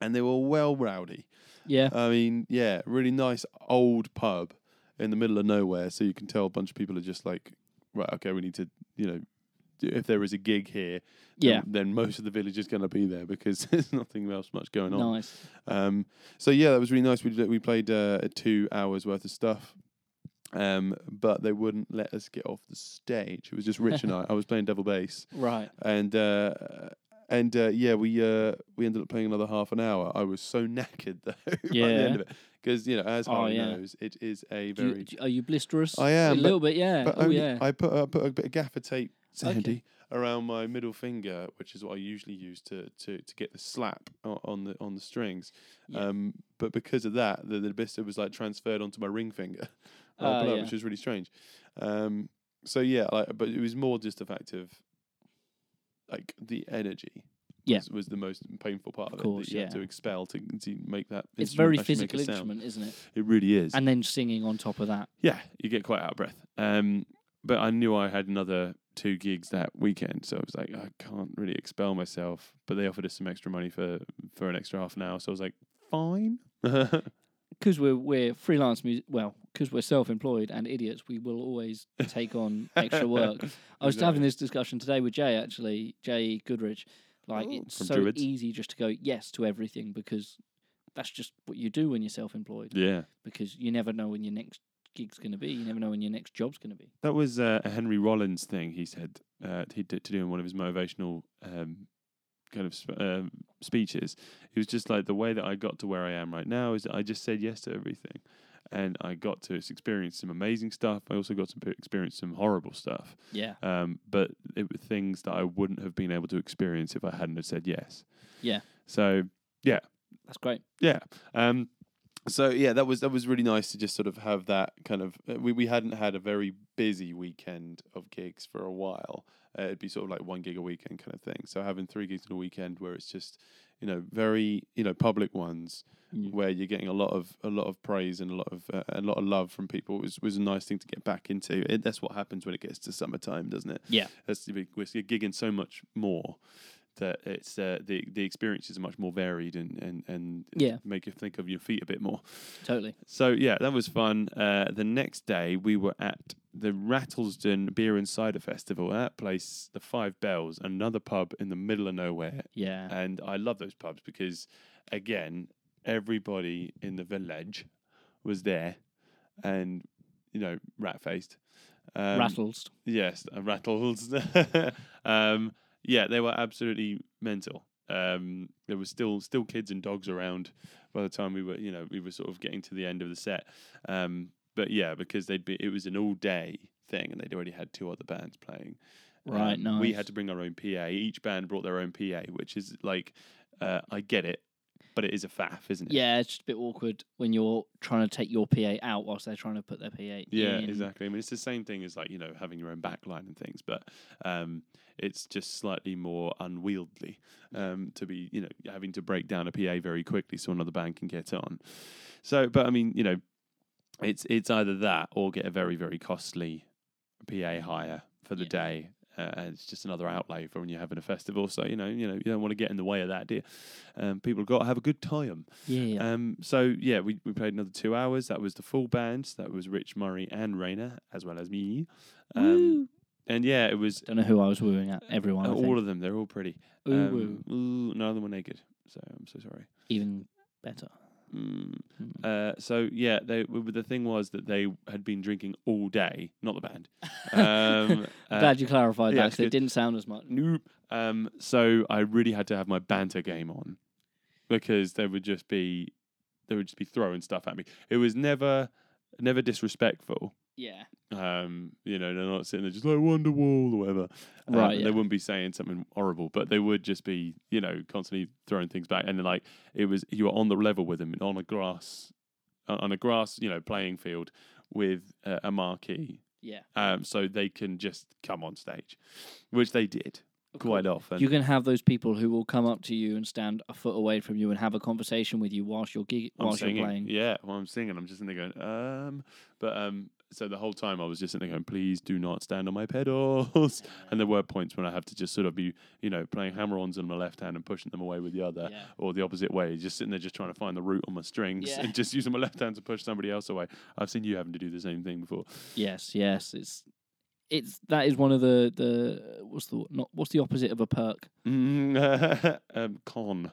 Speaker 1: And they were well rowdy.
Speaker 2: yeah,
Speaker 1: I mean, yeah, really nice old pub in the middle of nowhere, so you can tell a bunch of people are just like, right, okay, we need to, you know, do- if there is a gig here, then-
Speaker 2: yeah.
Speaker 1: then, most of the village is going to be there because <laughs> there's nothing else much going on.
Speaker 2: Nice.
Speaker 1: Um, so yeah, that was really nice. We did, we played uh, two hours worth of stuff. Um, but they wouldn't let us get off the stage. It was just Rich and
Speaker 2: <laughs>
Speaker 1: I. I was playing double bass,
Speaker 2: Right.
Speaker 1: and uh, and uh, yeah, we uh, we ended up playing another half an hour. I was so <laughs> knackered though by the
Speaker 2: Yeah.
Speaker 1: end of it because you know, as
Speaker 2: Oh,
Speaker 1: Harry
Speaker 2: yeah.
Speaker 1: knows, it is a
Speaker 2: Do you-
Speaker 1: very.
Speaker 2: do- are you blisterous?
Speaker 1: I am,
Speaker 2: a
Speaker 1: but-
Speaker 2: little bit. Yeah.
Speaker 1: but
Speaker 2: oh
Speaker 1: only-
Speaker 2: yeah.
Speaker 1: I put I put a bit of gaffer tape,
Speaker 2: Okay.
Speaker 1: Sandy, around my middle finger, which is what I usually use to to, to get the slap o- on the on the strings.
Speaker 2: Yeah.
Speaker 1: Um, but because of that, the the blister was like transferred onto my ring finger, <laughs> uh,
Speaker 2: Ah,
Speaker 1: below,
Speaker 2: yeah.
Speaker 1: which was really strange. Um, so yeah, like, but it was more just the fact of like the energy.
Speaker 2: Yeah.
Speaker 1: Was, was the most painful part of,
Speaker 2: course,
Speaker 1: it that you had
Speaker 2: yeah.
Speaker 1: to expel to, to make that.
Speaker 2: it's
Speaker 1: instrument actually make
Speaker 2: very
Speaker 1: a
Speaker 2: physical
Speaker 1: sound.
Speaker 2: instrument, isn't it?
Speaker 1: It really is.
Speaker 2: And then singing on top of that.
Speaker 1: Yeah, you get quite out of breath. Um, but I knew I had another two gigs that weekend, so I was like, I can't really expel myself. But they offered us some extra money for for an extra half an hour, so I was like, fine. <laughs>
Speaker 2: because we're we're freelance music. Well, because we're self-employed and idiots, we will always take on extra work. I was having
Speaker 1: Exactly.
Speaker 2: this discussion today with Jay actually, Jay Goodrich. Like
Speaker 1: Oh,
Speaker 2: it's
Speaker 1: from
Speaker 2: so
Speaker 1: Druids.
Speaker 2: easy just to go yes to everything because that's just what you do when you're self-employed.
Speaker 1: yeah,
Speaker 2: Because you never know when your next gig's going to be. You never know when your next job's going to be.
Speaker 1: that was uh, a Henry Rollins thing. He said uh, he did to do in one of his motivational um, kind of sp- um speeches. It was just like the way that I got to where I am right now is that I just said yes to everything. And I got to experience some amazing stuff. I also got to experience some horrible stuff.
Speaker 2: Yeah,
Speaker 1: um, but it were things that I wouldn't have been able to experience if I hadn't have said yes.
Speaker 2: Yeah.
Speaker 1: So
Speaker 2: that's great.
Speaker 1: yeah. Um, so yeah, that was that was really nice to just sort of have that kind of uh, we we hadn't had a very busy weekend of gigs for a while. Uh, it'd be sort of like one gig a weekend kind of thing. So having three gigs in a weekend where it's just you know very you know public ones
Speaker 2: Mm.
Speaker 1: where you're getting a lot of a lot of praise and a lot of uh, a lot of love from people was was a nice thing to get back into. It, that's what happens when it gets to summertime, doesn't it?
Speaker 2: Yeah.
Speaker 1: that's the big, we're gigging so much more that it's uh, the the experiences are much more varied and and and
Speaker 2: Yeah.
Speaker 1: make you think of your feet a bit more.
Speaker 2: Totally.
Speaker 1: So yeah, that was fun. Uh, the next day we were at the Rattlesden Beer and Cider Festival. That place, the Five Bells, another pub in the middle of nowhere
Speaker 2: Yeah,
Speaker 1: and I love those pubs because, again, everybody in the village was there, and you know, rat faced. Um,
Speaker 2: rattles.
Speaker 1: Yes, uh, rattles. <laughs> um, yeah, they were absolutely mental. Um, there was still still kids and dogs around by the time we were, you know, we were sort of getting to the end of the set. Um, but yeah, because they'd be, it was an all day thing, and they'd already had two other bands playing.
Speaker 2: Right,
Speaker 1: Um, We
Speaker 2: nice.
Speaker 1: had to bring our own PA. Each band brought their own PA, which is like, uh, I get it, but it is a faff, isn't it?
Speaker 2: Yeah, it's just a bit awkward when you're trying to take your PA out whilst they're trying to put their PA.
Speaker 1: Yeah,
Speaker 2: in.
Speaker 1: exactly. I mean, it's the same thing as like you know having your own backline and things, but um, it's just slightly more unwieldy um, to be you know having to break down a PA very quickly so another band can get on. So, but I mean, you know, it's it's either that or get a very very costly PA hire for the
Speaker 2: Yeah.
Speaker 1: day. uh, and it's just another outlay for when you're having a festival. So you know, you know, you don't want to get in the way of that, do you? Um, people have got to have a good time.
Speaker 2: Yeah, yeah.
Speaker 1: Um, so yeah, we, we played another two hours. That was the full band. That was Rich Murray and Rayner, as well as me. Um,
Speaker 2: Woo.
Speaker 1: and yeah, it was
Speaker 2: Don't know who I was wooing at. Everyone, I
Speaker 1: uh,
Speaker 2: think.
Speaker 1: all of them. They're all pretty.
Speaker 2: Ooh,
Speaker 1: Um,
Speaker 2: woo.
Speaker 1: ooh, none of them were naked. So I'm so sorry.
Speaker 2: even better.
Speaker 1: Mm.
Speaker 2: Mm.
Speaker 1: Uh, so yeah, they, w- w- the thing was that they had been drinking all day. Not the
Speaker 2: <laughs>
Speaker 1: band. Um, uh,
Speaker 2: Glad you clarified
Speaker 1: yeah,
Speaker 2: that
Speaker 1: it's
Speaker 2: 'cause it
Speaker 1: good.
Speaker 2: didn't sound as much.
Speaker 1: Nope. Um, so I really had to have my banter game on because there would just be they would just be throwing stuff at me. It was never never disrespectful.
Speaker 2: Yeah,
Speaker 1: Um, you know, they're not sitting there just like Wonderwall or whatever. Um,
Speaker 2: Right,
Speaker 1: and
Speaker 2: yeah.
Speaker 1: They wouldn't be saying something horrible, but they would just be, you know, constantly throwing things back. And like it was, you were on the level with them and on a grass, on on a grass, you know, playing field with uh, a marquee.
Speaker 2: yeah.
Speaker 1: Um, so they can just come on stage, which they did
Speaker 2: Of
Speaker 1: quite often.
Speaker 2: You can have those people who will come up to you and stand a foot away from you and have a conversation with you whilst you're gig-
Speaker 1: I'm
Speaker 2: whilst you're
Speaker 1: singing.
Speaker 2: playing.
Speaker 1: Yeah, while I'm singing, I'm just in there going, um, but um, so the whole time I was just in there going, please do not stand on my pedals. and there were points when I have to just sort of be, you know, playing hammer ons on my left hand and pushing them away with the other,
Speaker 2: Yeah.
Speaker 1: or the opposite way, just sitting there just trying to find the root on my strings
Speaker 2: Yeah.
Speaker 1: and just using my left hand to push somebody else away. I've seen you having to do the same thing before.
Speaker 2: Yes, yes. It's it's that is one of the the what's the not what's the opposite of a perk
Speaker 1: Mm,
Speaker 2: Mm-hmm.
Speaker 1: <laughs> um, con,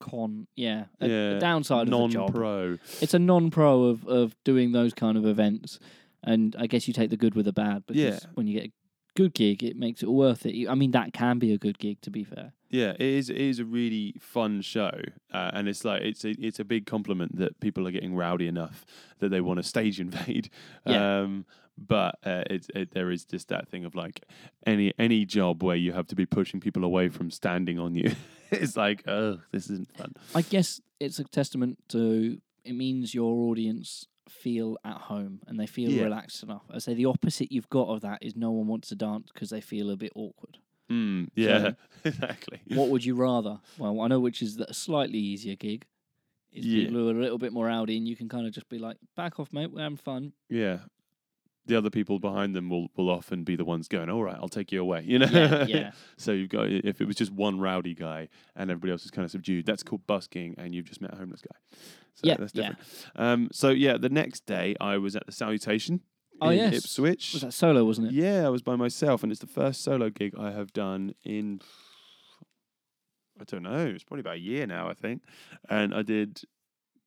Speaker 2: con? Yeah, a, a
Speaker 1: Yeah,
Speaker 2: downside of the
Speaker 1: non
Speaker 2: job.
Speaker 1: pro.
Speaker 2: It's a non-pro of of doing those kind of events, and I guess you take the good with the bad because
Speaker 1: Yeah.
Speaker 2: when you get a good gig, it makes it worth it. You- I mean, that can be a good gig, to be fair.
Speaker 1: Yeah, it is. It is a really fun show, uh, and it's like it's a, it's a big compliment that people are getting rowdy enough that they want to stage invade.
Speaker 2: <laughs> Yeah.
Speaker 1: Um, but uh, it's it, there is just that thing of like any any job where you have to be pushing people away from standing on you. <laughs> it's like oh, this isn't fun.
Speaker 2: I guess it's a testament to it means your audience feel at home and they feel
Speaker 1: Yeah.
Speaker 2: relaxed enough. I say the opposite you've got of that is no one wants to dance because they feel a bit
Speaker 1: <laughs>
Speaker 2: awkward.
Speaker 1: Mm, yeah, <laughs> exactly.
Speaker 2: what would you rather? Well, I know which is a slightly easier gig. Is
Speaker 1: Yeah.
Speaker 2: people who are a little bit more rowdy and you can kind of just be like, back off, mate, we're having
Speaker 1: <laughs>
Speaker 2: fun.
Speaker 1: Yeah. The other people behind them will, will often be the ones going, "All right, I'll take you away," you know.
Speaker 2: Yeah, yeah.
Speaker 1: so you've got if it was just one rowdy guy and everybody else is kind of subdued, that's called busking, and you've just met a homeless guy. So
Speaker 2: Yeah,
Speaker 1: that's
Speaker 2: yeah.
Speaker 1: different. Um, so yeah, the next day I was at the salutation
Speaker 2: Oh,
Speaker 1: in
Speaker 2: yes.
Speaker 1: Ipswich.
Speaker 2: Was that solo, wasn't it?
Speaker 1: Yeah, I was by myself, and it's the first solo gig I have done in. I don't know. It's probably about a year now, I think, and I did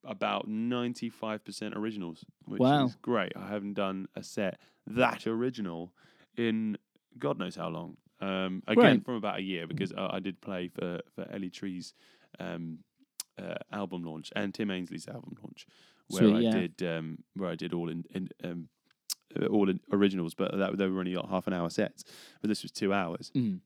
Speaker 1: about ninety-five percent originals, which
Speaker 2: Wow.
Speaker 1: is great. I haven't done a set that original in God knows how long. Um, again,
Speaker 2: Right.
Speaker 1: from about a year because uh, I did play for for Ellie Tree's um, uh, album launch and Tim Ainsley's album launch, where
Speaker 2: Sweet,
Speaker 1: I
Speaker 2: yeah.
Speaker 1: did um, where I did all in, in um, uh, all in originals, but that they were only like half an hour sets, but this was two hours.
Speaker 2: Mm.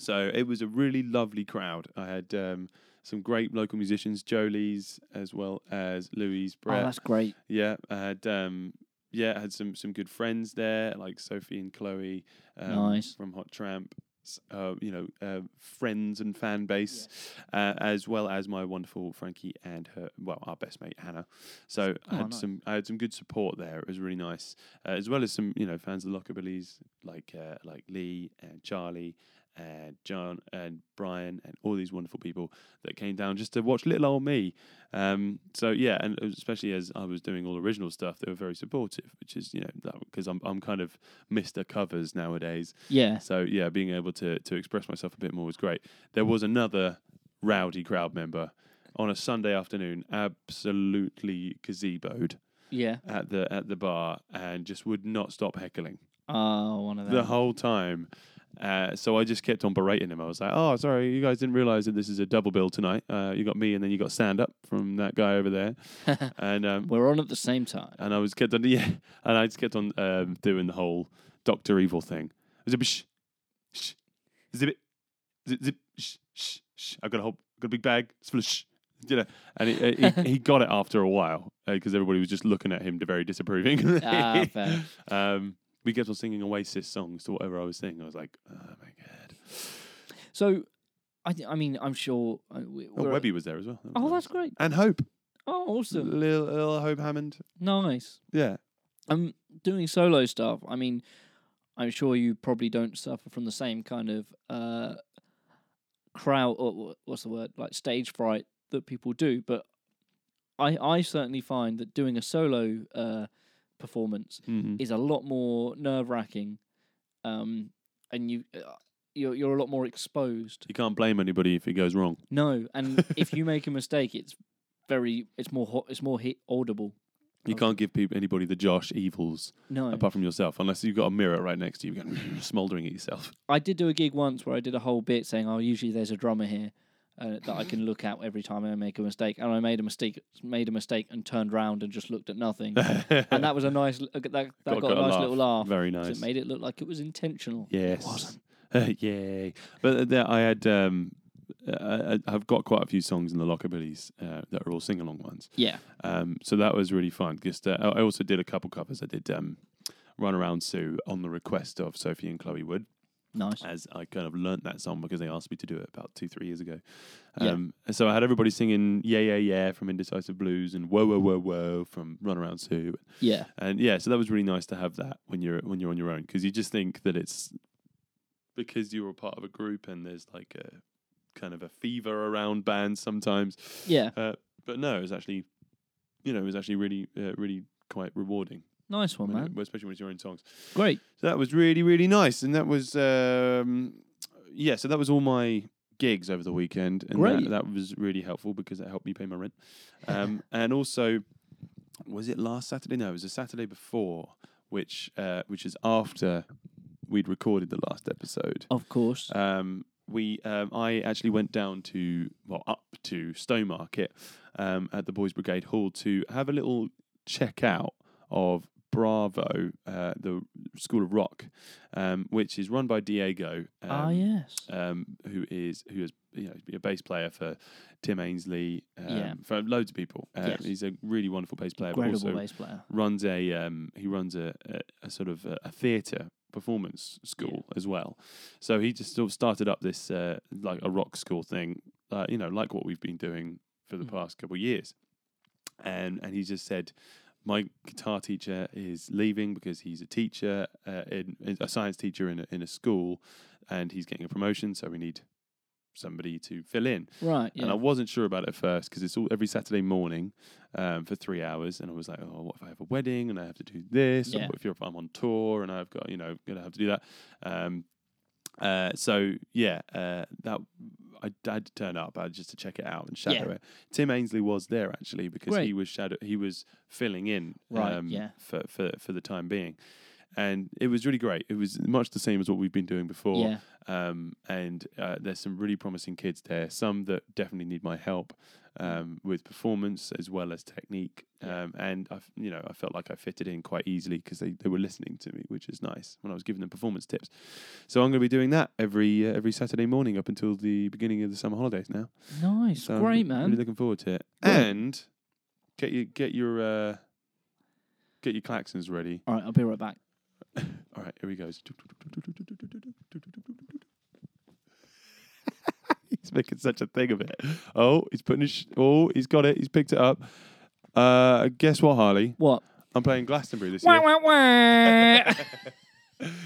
Speaker 1: So it was a really lovely crowd. I had um, some great local musicians, Jolie's as well as Louise
Speaker 2: Oh,
Speaker 1: Brett.
Speaker 2: that's great.
Speaker 1: yeah, I had um, yeah, I had some some good friends there like Sophie and Chloe um,
Speaker 2: Nice.
Speaker 1: from Hot Tramp. s- Uh, you know, uh, friends and fan base, uh, as well as my wonderful Frankie and her, well, our best mate Hannah. So I
Speaker 2: Oh,
Speaker 1: had
Speaker 2: nice.
Speaker 1: some, I had some good support there. It was really nice, uh, as well as some, you know, fans of the Lockabillys like uh, like Lee and Charlie and John and Brian and all these wonderful people that came down just to watch little old me. Um, so yeah, and especially as I was doing all original stuff, they were very supportive, which is you know because I'm I'm kind of Mister Covers nowadays.
Speaker 2: Yeah.
Speaker 1: So yeah, being able to to express myself a bit more was great. There was another rowdy crowd member on a Sunday afternoon, absolutely gazeboed
Speaker 2: Yeah.
Speaker 1: at the at the bar, and just would not stop heckling
Speaker 2: Oh, one of them.
Speaker 1: the whole time. Uh, so I just kept on berating him. I was like, "Oh, sorry, you guys didn't realize that this is a double bill tonight. Uh, you got me, and then you got stand up from that guy over there." and um,
Speaker 2: <laughs> We're on at the
Speaker 1: <laughs>
Speaker 2: same time.
Speaker 1: and I was kept on yeah, and I just kept on um, doing the whole Doctor Evil thing. Zip shh, shh, zip it, zip, zip shh, shh, shh. I've got a whole, got a big bag, it's full of shh. <laughs> You know, and he, he, he got it after a while because everybody was just looking at him very disapproving. <laughs>
Speaker 2: Ah, fair.
Speaker 1: um, we kept on singing Oasis songs to whatever I was singing. I was like, oh my god.
Speaker 2: So, I, th- I mean, I'm sure. Uh, we,
Speaker 1: Oh,
Speaker 2: we're-
Speaker 1: Webby was there as well. That was
Speaker 2: Oh,
Speaker 1: nice.
Speaker 2: that's great.
Speaker 1: and Hope,
Speaker 2: Oh, awesome.
Speaker 1: little, little Hope Hammond.
Speaker 2: Nice. Um,
Speaker 1: Yeah,
Speaker 2: I'm doing solo stuff. I mean, I'm sure you probably don't suffer from the same kind of uh, crowd or wh- what's the word like stage fright that people do. But I I certainly find that doing a solo uh, performance
Speaker 1: Mm-hmm.
Speaker 2: is a lot more nerve wracking, um, and you uh, you're you're a lot more exposed.
Speaker 1: You can't blame anybody if it goes wrong.
Speaker 2: No, and if you make a mistake, it's very it's more hot, it's more hit audible. <laughs>
Speaker 1: You
Speaker 2: Okay.
Speaker 1: can't give people anybody the Josh evils
Speaker 2: No,
Speaker 1: apart from yourself, unless you've got a mirror right next to you, <laughs> going smouldering at yourself.
Speaker 2: I did do a gig once where I did a whole bit saying, "Oh, usually there's a drummer here uh, that I can look at every time I make a mistake," and I made a mistake, made a mistake, and turned round and just looked at
Speaker 1: <laughs>
Speaker 2: nothing, and that was a nice, l- that that got, a nice little laugh.
Speaker 1: Very
Speaker 2: 'cause
Speaker 1: nice.
Speaker 2: It made it look like it was intentional.
Speaker 1: Yes. <laughs>
Speaker 2: wasn't.
Speaker 1: Yay. But uh, there, I had, um, I, I- I've got quite a few songs in the Lockabilities uh, that are all sing along ones.
Speaker 2: Yeah,
Speaker 1: Um, so that was really fun. Just, uh, I I also did a couple covers. I did um, Run Around Sue on the request of Sophie and Chloe Wood,
Speaker 2: nice.
Speaker 1: as I kind of learnt that song because they asked me to do it about two, three years ago.
Speaker 2: Yeah.
Speaker 1: Um, and So I had everybody singing Yeah, Yeah, Yeah from Indecisive Blues and Whoa, Whoa, Whoa, Whoa from Run Around Sue
Speaker 2: Yeah,
Speaker 1: and yeah, so that was really nice to have that when you're when you're on your own because you just think that it's because you're a part of a group and there's like a kind of a fever around bands sometimes.
Speaker 2: Yeah.
Speaker 1: Uh, but no, it was actually, you know, it was actually really uh, really quite rewarding,
Speaker 2: nice one,
Speaker 1: when it-
Speaker 2: Oh, man.
Speaker 1: especially when it's your own songs.
Speaker 2: Great.
Speaker 1: So that was really really nice, and that was um, yeah. So that was all my gigs over the weekend, and
Speaker 2: Great.
Speaker 1: that, that was really helpful because it helped me pay my rent. Um, and also, was it last Saturday? No, it was the Saturday before, which uh, which is after we'd recorded the last episode.
Speaker 2: Of course.
Speaker 1: Um, we um, I actually went down to well up to Stowmarket um, at the Boys Brigade Hall to have a little check out of Bravo, uh, the School of Rock, um, which is run by Diego. Um,
Speaker 2: ah, yes.
Speaker 1: um, who is who is you know a bass player for Tim Ainsley, um,
Speaker 2: Yeah.
Speaker 1: for loads of people. Uh,
Speaker 2: Yes.
Speaker 1: He's a really wonderful bass player,
Speaker 2: Incredible
Speaker 1: but also
Speaker 2: bass player.
Speaker 1: runs a um, he runs a, a, a sort of a, a theatre performance school as well. So he just sort of started up this uh, like a rock school thing, uh, you know, like what we've been doing for the
Speaker 2: Mhm.
Speaker 1: past couple of years. And and he just said, my guitar teacher is leaving because he's a teacher, uh, in, in- a science teacher in a, in a school, and he's getting a promotion, so we need somebody to fill in.
Speaker 2: Right. Yeah.
Speaker 1: And I wasn't sure about it at first because it's all every Saturday morning um, for three hours, and I was like, "Oh, what if I have a wedding and I have to do this? Or
Speaker 2: Yeah.
Speaker 1: what if, you're, if I'm on tour and I've got, you know, gonna have to do that." Um, uh, so yeah, uh, that I had to turn up uh, just to check it out and shadow
Speaker 2: Yeah.
Speaker 1: it. Tim Ainsley was there actually because
Speaker 2: Great.
Speaker 1: he was shadow he was filling in um,
Speaker 2: Right, yeah.
Speaker 1: for, for for the time being, and it was really great. It was much the same as what we've been doing before
Speaker 2: yeah.
Speaker 1: um, and uh, there's some really promising kids there. Some that definitely need my help um, with performance as well as technique.
Speaker 2: Hmm. Yeah.
Speaker 1: Um, and I, you know, I felt like I fitted in quite easily because they, they were listening to me, which is nice when I was giving them performance tips. So I'm going to be doing that every uh, every Saturday morning up until the beginning of the summer holidays now.
Speaker 2: Nice.
Speaker 1: So I'm
Speaker 2: Great,
Speaker 1: Really
Speaker 2: man.
Speaker 1: looking forward to it.
Speaker 2: Great.
Speaker 1: And get your get your uh, get your claxons ready.
Speaker 2: All right, I'll be right back.
Speaker 1: All right, here he goes. <laughs> he's making such a thing of it. Oh, he's putting his. Sh- oh, he's got it. He's picked it up. Uh, guess what, Harley?
Speaker 2: What?
Speaker 1: I'm playing Glastonbury this
Speaker 2: Wah,
Speaker 1: year.
Speaker 2: wah, wah.
Speaker 1: <laughs>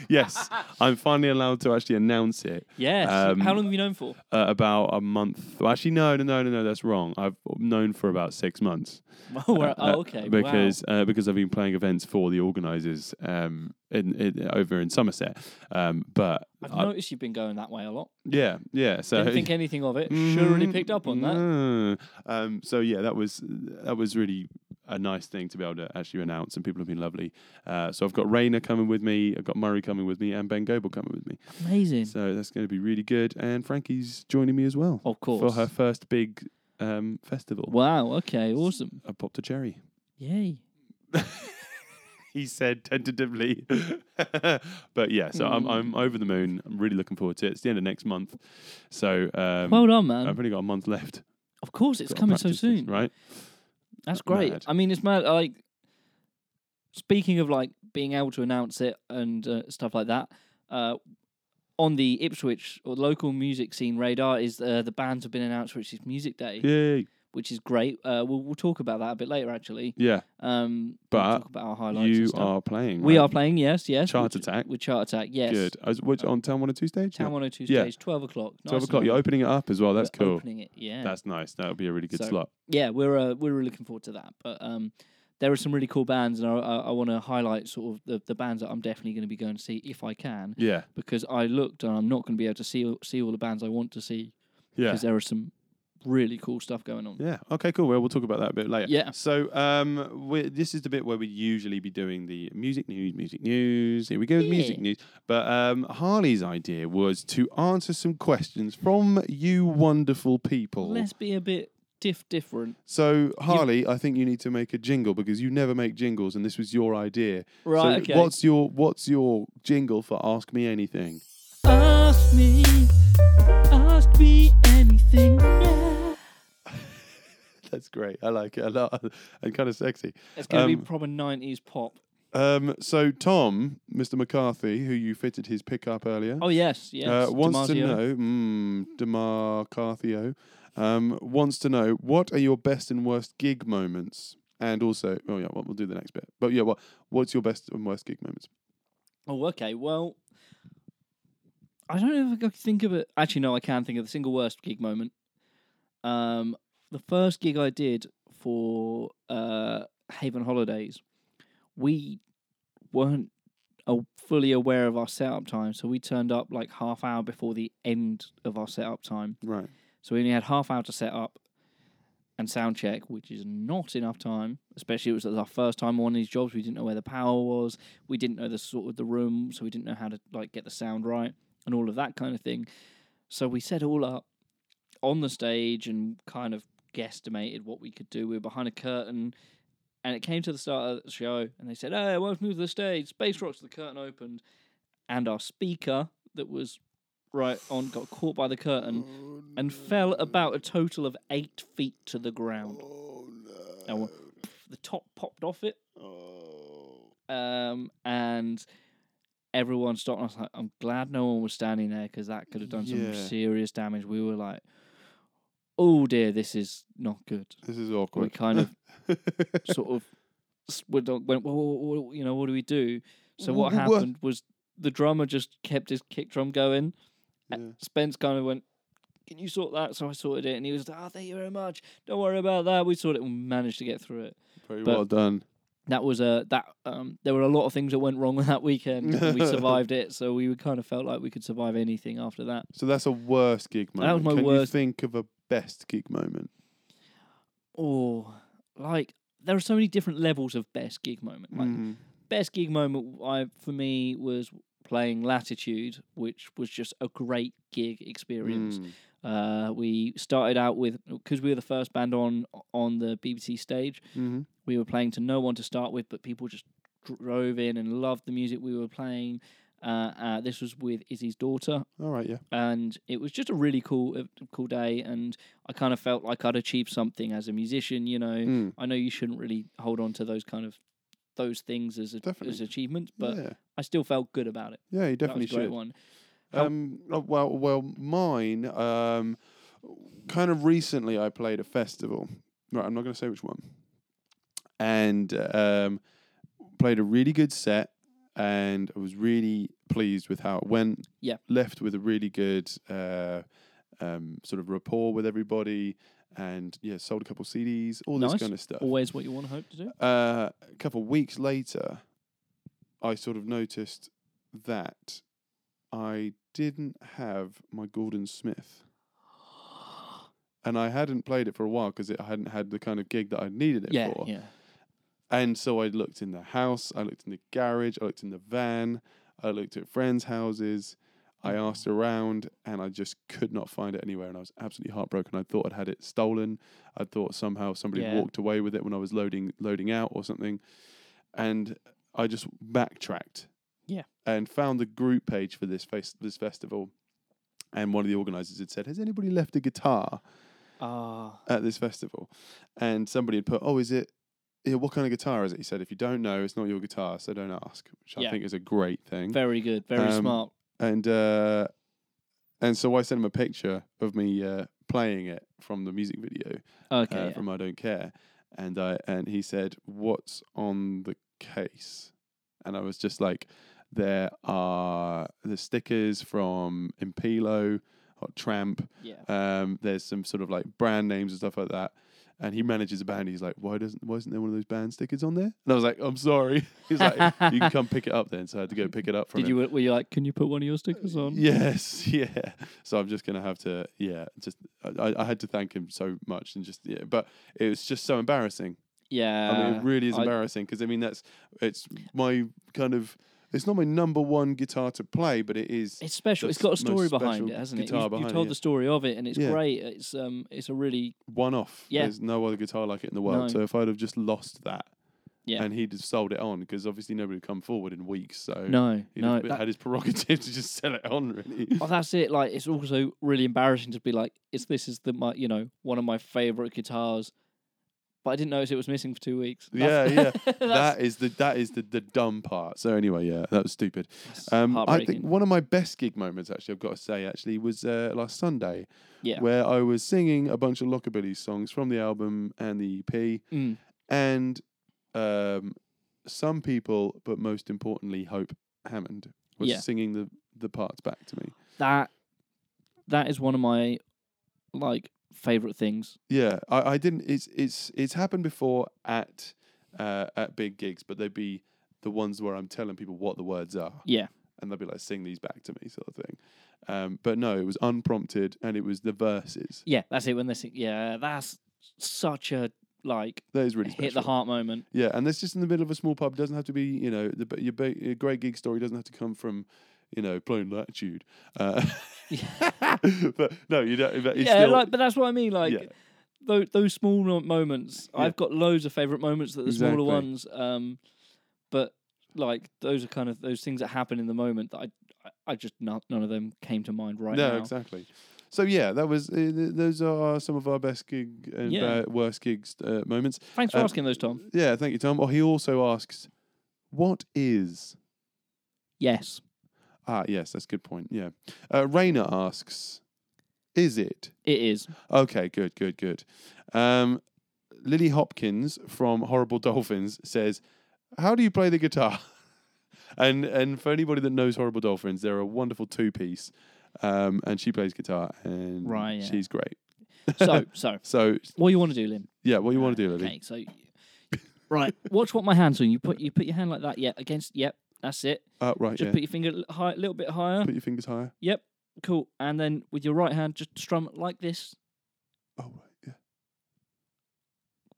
Speaker 1: Yes, I'm finally allowed to actually announce it.
Speaker 2: Yes.
Speaker 1: Um,
Speaker 2: How long have you known for?
Speaker 1: Uh, about a month. well, actually, no, no, no, no, no. That's wrong. I've known for about six months.
Speaker 2: <laughs> Oh, we're-
Speaker 1: Uh,
Speaker 2: oh,
Speaker 1: uh,
Speaker 2: okay. wow.
Speaker 1: Because uh, because I've been playing events for the organisers um, in, in over in Somerset. Um, but
Speaker 2: I've
Speaker 1: I-
Speaker 2: noticed you've been going that way a lot.
Speaker 1: yeah, yeah. So
Speaker 2: Didn't think anything
Speaker 1: <laughs>
Speaker 2: of it. Surely picked up on that.
Speaker 1: Mm. Mm-hmm. Um, so yeah, that was that was really a nice thing to be able to actually announce, and people have been lovely. Uh, so I've got Rayner coming with me, I've got Murray coming with me, and Ben Goble coming with me.
Speaker 2: Amazing.
Speaker 1: So that's going to be really good. And Frankie's joining me as well
Speaker 2: of course.
Speaker 1: for her first big um, festival.
Speaker 2: Wow. Okay. Awesome.
Speaker 1: I popped a cherry. <laughs>
Speaker 2: Yay.
Speaker 1: He said tentatively, <laughs> but yeah. So I'm
Speaker 2: Mm.
Speaker 1: I'm over the moon. I'm really looking forward to it. It's the end of next month, so um,
Speaker 2: well done, man.
Speaker 1: I've only got a month left.
Speaker 2: of course, it's
Speaker 1: Gotta
Speaker 2: coming so
Speaker 1: practice this,
Speaker 2: soon.
Speaker 1: right?
Speaker 2: That's great.
Speaker 1: Mad.
Speaker 2: I mean, it's mad. Like, speaking of like being able to announce it and uh, stuff like that, uh, on the Ipswich or local music scene radar is uh, the bands have been announced for Ipswich Music Day,
Speaker 1: Yay!
Speaker 2: which is great. Uh, we'll, we'll talk about that a bit later, actually.
Speaker 1: Yeah,
Speaker 2: Um, we'll
Speaker 1: But
Speaker 2: talk about our highlights. and
Speaker 1: you
Speaker 2: stuff.
Speaker 1: are playing.
Speaker 2: We
Speaker 1: right?
Speaker 2: are playing, yes, yes.
Speaker 1: Chart
Speaker 2: which-
Speaker 1: Attack.
Speaker 2: With Chart Attack, yes.
Speaker 1: good. As, which, on Town One and Two stage.
Speaker 2: Town
Speaker 1: Yeah.
Speaker 2: 102
Speaker 1: Yeah.
Speaker 2: stage, 12 o'clock.
Speaker 1: Twelve
Speaker 2: Nice
Speaker 1: o'clock. You're
Speaker 2: and-
Speaker 1: opening it up as well. That's
Speaker 2: we're
Speaker 1: cool.
Speaker 2: Opening it, yeah.
Speaker 1: That's nice. That would be a really good
Speaker 2: So-
Speaker 1: slot.
Speaker 2: yeah, we're uh, we're really looking forward to that. But um, there are some really cool bands, and I, I, I want to highlight sort of the, the bands that I'm definitely going to be going to see if I can,
Speaker 1: Yeah,
Speaker 2: because I looked and I'm not going to be able to see all- see all the bands I want to see
Speaker 1: yeah.
Speaker 2: because there are some really cool stuff going on.
Speaker 1: Yeah. Okay. Cool. Well, we'll talk about that a bit later.
Speaker 2: Yeah.
Speaker 1: So, um, we this is the bit where we usually be doing the music news. Music news. Here we go with music
Speaker 2: Yeah.
Speaker 1: news. But um, Harley's idea was to answer some questions from you wonderful people.
Speaker 2: Let's be a bit diff different,
Speaker 1: so, Harley, I think you need to make a jingle because you never make jingles, and this was your idea.
Speaker 2: right?
Speaker 1: So
Speaker 2: okay.
Speaker 1: What's your What's your jingle for Ask Me
Speaker 2: <laughs>
Speaker 1: Anything?
Speaker 2: Ask me, ask me anything. Yeah.
Speaker 1: That's great. I like it a
Speaker 2: <laughs>
Speaker 1: lot, and kind of sexy.
Speaker 2: It's going to
Speaker 1: Um,
Speaker 2: be proper '90s pop.
Speaker 1: Um, so, Tom, Mr. McCarthy, who you fitted his pickup earlier.
Speaker 2: Oh yes, yes.
Speaker 1: uh, wants to know,
Speaker 2: Damasio.
Speaker 1: mm, Demarcathio, um, wants to know what are your best and worst gig moments, and also, oh yeah, well, we'll do the next bit. But yeah, what what's your best and worst gig moments?
Speaker 2: Oh, okay. Well, I don't know if I could think of it. Actually, no, I can think of the single worst gig moment. Um, the first gig I did for uh, Haven Holidays, we weren't uh, fully aware of our setup time, so we turned up like half hour before the end of our setup time.
Speaker 1: Right.
Speaker 2: So we only had half hour to set up and sound check, which is not enough time. Especially it was our first time on one of these jobs. We didn't know where the power was. We didn't know the sort of the room, so we didn't know how to like get the sound right and all of that kind of thing. So we set it all up on the stage and kind of guesstimated what we could do. We were behind a curtain. And it came to the start of the show, and they said, "Hey, I want to move to the stage." Space rocks. The curtain opened, and our speaker that was right on got caught by the curtain and fell about a total of eight feet to the ground.
Speaker 1: Oh no.
Speaker 2: And w- The top popped off it, um, and everyone stopped. And I was like, I'm glad no one was standing there because that could have done
Speaker 1: Yeah.
Speaker 2: some serious damage. We were like, oh dear, this is not good.
Speaker 1: This is
Speaker 2: We
Speaker 1: awkward. <laughs>
Speaker 2: kind of Uh, sort of s- went, went well, well, well, you know, what do we do? So what
Speaker 1: Wha- wha-
Speaker 2: happened was the drummer just kept his kick drum going.
Speaker 1: Yeah.
Speaker 2: Spence kind of went, "Can you sort that?" So I sorted it, and he was like, "Oh, thank you very much. Don't worry about that. We sorted it and managed to get through it."
Speaker 1: Very
Speaker 2: but-
Speaker 1: well done.
Speaker 2: That was a that um, there were a lot of things that went wrong <laughs> that weekend. and we survived it, so we kind of felt like we could survive anything after that.
Speaker 1: So that's a worst gig
Speaker 2: was
Speaker 1: moment.
Speaker 2: my
Speaker 1: Can
Speaker 2: worst-
Speaker 1: you think of a best gig moment?
Speaker 2: Or Oh, like there are so many different levels of best gig moment. Like
Speaker 1: Mm.
Speaker 2: best gig moment I for me was playing Latitude, which was just a great gig experience.
Speaker 1: Mm.
Speaker 2: Uh, we started out with because we were the first band on on the BBC stage.
Speaker 1: Mhm.
Speaker 2: We were playing to no one to start with, but people just drove in and loved the music we were playing. Uh, uh, this was with Izzy's daughter,
Speaker 1: All right. Yeah.
Speaker 2: and it was just a really cool, uh, cool day. And I kind of felt like I'd achieved something as a musician. You know,
Speaker 1: Mm.
Speaker 2: I know you shouldn't really hold on to those kind of those things as a,
Speaker 1: Definitely.
Speaker 2: as achievements, but
Speaker 1: yeah.
Speaker 2: I still felt good about it.
Speaker 1: Yeah. You
Speaker 2: That
Speaker 1: definitely
Speaker 2: was a great
Speaker 1: should.
Speaker 2: one. How-
Speaker 1: Um, oh, well, well, mine. Um, kind of recently, I played a festival. Right, I'm not going to say which one. And um, played a really good set, and I was really pleased with how it went.
Speaker 2: Yeah.
Speaker 1: left with a really good uh, um, sort of rapport with everybody, and yeah, sold a couple CDs, all
Speaker 2: Nice.
Speaker 1: this kind of stuff.
Speaker 2: Always what you want to hope
Speaker 1: <gasps>
Speaker 2: to do.
Speaker 1: Uh, a couple of weeks later, I sort of noticed that I didn't have my Gordon Smith. And I hadn't played it for a while because I hadn't had the kind of gig that I needed it
Speaker 2: Yeah,
Speaker 1: for.
Speaker 2: yeah.
Speaker 1: And so I looked in the house, I looked in the garage, I looked in the van, I looked at friends' houses, I
Speaker 2: Mm.
Speaker 1: asked around, and I just could not find it anywhere. And I was absolutely heartbroken. I thought I'd had it stolen. I thought somehow somebody
Speaker 2: Yeah.
Speaker 1: walked away with it when I was loading loading out or something. And I just backtracked.
Speaker 2: Yeah.
Speaker 1: And found the group page for this face this festival. And one of the organizers had said, Has anybody left a guitar?
Speaker 2: Ah,
Speaker 1: at this festival, and somebody had put, "Oh, is it? Yeah, what kind of guitar is it?" He said, "If you don't know, it's not your guitar, so don't ask," which I
Speaker 2: Yeah.
Speaker 1: think is a great thing.
Speaker 2: very good, very
Speaker 1: Um,
Speaker 2: smart.
Speaker 1: And uh, and so I sent him a picture of me uh, playing it from the music video
Speaker 2: Okay.
Speaker 1: uh,
Speaker 2: yeah.
Speaker 1: from I Don't Care, and I and he said, "What's on the case?" And I was just like, "There are the stickers from Impilo, Hot Tramp.
Speaker 2: yeah.
Speaker 1: Um, there's some sort of like brand names and stuff like that." And he manages a band. He's like, "Why doesn't why isn't there one of those band stickers on there?" And I was like, "I'm sorry." <laughs> He's like, "You can come pick it up then." So I had to go pick it
Speaker 2: <laughs>
Speaker 1: up from.
Speaker 2: Did
Speaker 1: him.
Speaker 2: you were you like? Can you put one of your stickers on?
Speaker 1: Yes, <laughs> yeah. So I'm just gonna have to, yeah. Just I, I had to thank him so much, and just yeah. But it was just so embarrassing.
Speaker 2: Yeah.
Speaker 1: I mean, it really is
Speaker 2: Uh, I-
Speaker 1: embarrassing because I mean that's it's my kind of it's not my number one guitar to play, but it is.
Speaker 2: It's special.
Speaker 1: the
Speaker 2: It's got a
Speaker 1: s- most
Speaker 2: story behind
Speaker 1: special
Speaker 2: it, hasn't it?
Speaker 1: guitar
Speaker 2: You've,
Speaker 1: behind
Speaker 2: you
Speaker 1: it,
Speaker 2: told
Speaker 1: yeah.
Speaker 2: the story of it, and it's
Speaker 1: Yeah.
Speaker 2: great. It's um, it's a really
Speaker 1: one off.
Speaker 2: Yeah.
Speaker 1: There's no other guitar like it in the world.
Speaker 2: No.
Speaker 1: So if I'd have just lost that,
Speaker 2: Yeah.
Speaker 1: and he'd have sold it on because obviously nobody would come forward in weeks. So
Speaker 2: no,
Speaker 1: he'd
Speaker 2: no.
Speaker 1: have been-
Speaker 2: that-
Speaker 1: had his prerogative <laughs> to just sell it on. Really,
Speaker 2: well, that's it. Like, it's also really embarrassing to be like, "Is this is the my you know one of my favorite guitars?" But I didn't notice it was missing for two weeks. That's-
Speaker 1: Yeah, yeah.
Speaker 2: <laughs> <laughs> that's
Speaker 1: that is the that is the the dumb part. So anyway, yeah, that was stupid. Um, I think
Speaker 2: heartbreaking.
Speaker 1: one of my best gig moments, actually, I've got to say, actually, was uh, last Sunday,
Speaker 2: Yeah.
Speaker 1: where I was singing a bunch of Lockabilly songs from the album and the E EP,
Speaker 2: Mm.
Speaker 1: and um, some people, but most importantly, Hope Hammond was
Speaker 2: Yeah.
Speaker 1: singing the the parts back to me.
Speaker 2: that that is one of my like favorite things.
Speaker 1: Yeah, I, I didn't. It's it's it's happened before at uh, at big gigs, but they'd be the ones where I'm telling people what the words are.
Speaker 2: Yeah.
Speaker 1: and they'll be like, sing these back to me, sort of thing. Um, but no, it was unprompted and it was the verses.
Speaker 2: Yeah, that's it. When they sing, yeah, that's such a like
Speaker 1: That is really
Speaker 2: hit
Speaker 1: special.
Speaker 2: the heart moment. <laughs>
Speaker 1: Yeah, and that's just in the middle of a small pub. Doesn't have to be, you know, the, b- your, ba- your great gig story doesn't have to come from, you know, plain latitude. Uh, <laughs> but no, you don't. But it's
Speaker 2: yeah,
Speaker 1: still,
Speaker 2: like, but that's what I mean. Like
Speaker 1: Yeah.
Speaker 2: tho- those small mo- moments.
Speaker 1: Yeah.
Speaker 2: I've got loads of favorite moments that are the
Speaker 1: Exactly.
Speaker 2: smaller ones. Um, but like those are kind of those things that happen in the moment that I, I, I just not, none of them came to mind right
Speaker 1: no,
Speaker 2: now.
Speaker 1: exactly. So yeah, that was uh, th- those are some of our best gig and
Speaker 2: Yeah.
Speaker 1: ba- worst gigs uh, moments.
Speaker 2: Thanks for
Speaker 1: Um,
Speaker 2: asking those, Tom.
Speaker 1: Yeah, thank you, Tom. Oh, he also asks, "What is
Speaker 2: Yes,
Speaker 1: Ah, yes, that's a good point. Yeah. Uh, Raina asks, is it?
Speaker 2: it is.
Speaker 1: Okay, good, good, good. Um, Lily Hopkins from Horrible Dolphins says, how do you play the guitar? <laughs> and and for anybody that knows Horrible Dolphins, they're a wonderful two piece. Um, and she plays guitar and
Speaker 2: Right, yeah.
Speaker 1: she's great. <laughs>
Speaker 2: So, so
Speaker 1: So,
Speaker 2: what you want to do, Lynn?
Speaker 1: yeah, what you want to do, Lily?
Speaker 2: Okay,
Speaker 1: <laughs>
Speaker 2: so right, watch what my hands doing. You put you put your hand like that. Yeah, against. Yep, that's it.
Speaker 1: Uh, right,
Speaker 2: Just
Speaker 1: yeah.
Speaker 2: put your finger a high, little bit higher.
Speaker 1: Put your fingers higher.
Speaker 2: Yep, cool. And then with your right hand, just strum like this.
Speaker 1: Oh, right, yeah.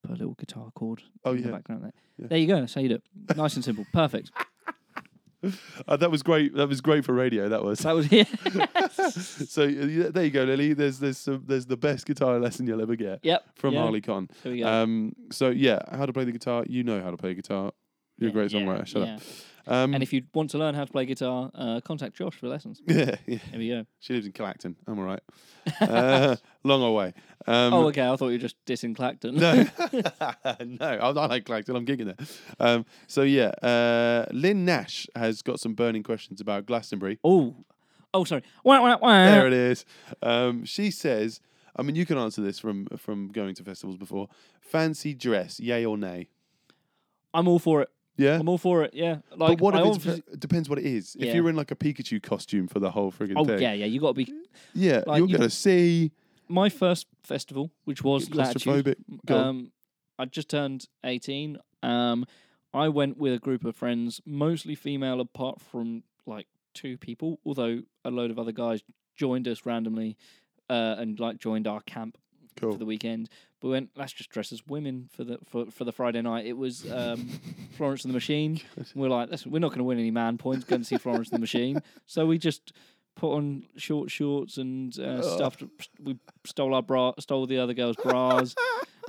Speaker 2: Put a little guitar chord
Speaker 1: Oh,
Speaker 2: in the
Speaker 1: yeah.
Speaker 2: background there.
Speaker 1: Yeah.
Speaker 2: There you go. That's how you do it. Nice and simple. Perfect.
Speaker 1: Uh, that was great. That was great for radio. That was.
Speaker 2: That was <laughs> it.
Speaker 1: so uh, yeah, there you go, Lily. There's there's some, there's the best guitar lesson you'll ever get
Speaker 2: yep.
Speaker 1: from
Speaker 2: yeah.
Speaker 1: Harley Con.
Speaker 2: There we go.
Speaker 1: Um, so yeah, how to play the guitar? You know how to play guitar. You're a
Speaker 2: Yeah,
Speaker 1: great
Speaker 2: yeah,
Speaker 1: songwriter. Shut
Speaker 2: yeah.
Speaker 1: up. Um,
Speaker 2: And if you want to learn how to play guitar, uh, contact Josh for lessons.
Speaker 1: <laughs> yeah, yeah,
Speaker 2: There we go.
Speaker 1: she lives in Clacton. I'm all
Speaker 2: <laughs>
Speaker 1: right. Uh, long away. Um,
Speaker 2: oh, okay. I thought you were just dissing Clacton.
Speaker 1: No, no, <laughs> I, I like Clacton. I'm gigging there. Um, so yeah, uh, Lynn Nash has got some burning questions about Glastonbury.
Speaker 2: <laughs> oh. Oh, sorry. Wah, wah, wah.
Speaker 1: There it is. Um, she says, I mean, you can answer this from from going to festivals before. Fancy dress, yay or nay?
Speaker 2: I'm all for it.
Speaker 1: Yeah.
Speaker 2: I'm all for it. Yeah. Like,
Speaker 1: But what
Speaker 2: I
Speaker 1: if it's,
Speaker 2: obviously-
Speaker 1: it depends what it is. If
Speaker 2: Yeah.
Speaker 1: you're in like a Pikachu costume for the whole friggin'
Speaker 2: Oh
Speaker 1: thing,
Speaker 2: yeah, yeah. You got to be.
Speaker 1: yeah,
Speaker 2: Like,
Speaker 1: you're
Speaker 2: you-
Speaker 1: gonna see
Speaker 2: My first festival, which
Speaker 1: you're
Speaker 2: was Latitude,
Speaker 1: claustrophobic. Go on.
Speaker 2: um, I just turned eighteen. Um, I went with a group of friends, mostly female, apart from like two people. Although a load of other guys joined us randomly, uh, and like joined our camp
Speaker 1: cool.
Speaker 2: for the weekend. But we went, let's just dress as women for the for, for the Friday night. It was um, Florence and the Machine. We're like, "Listen, we're not going to win any man points going to see Florence and the Machine. <laughs> So we just put on short shorts and uh, stuffed. We stole our bra, stole the other girl's
Speaker 1: <laughs>
Speaker 2: bras,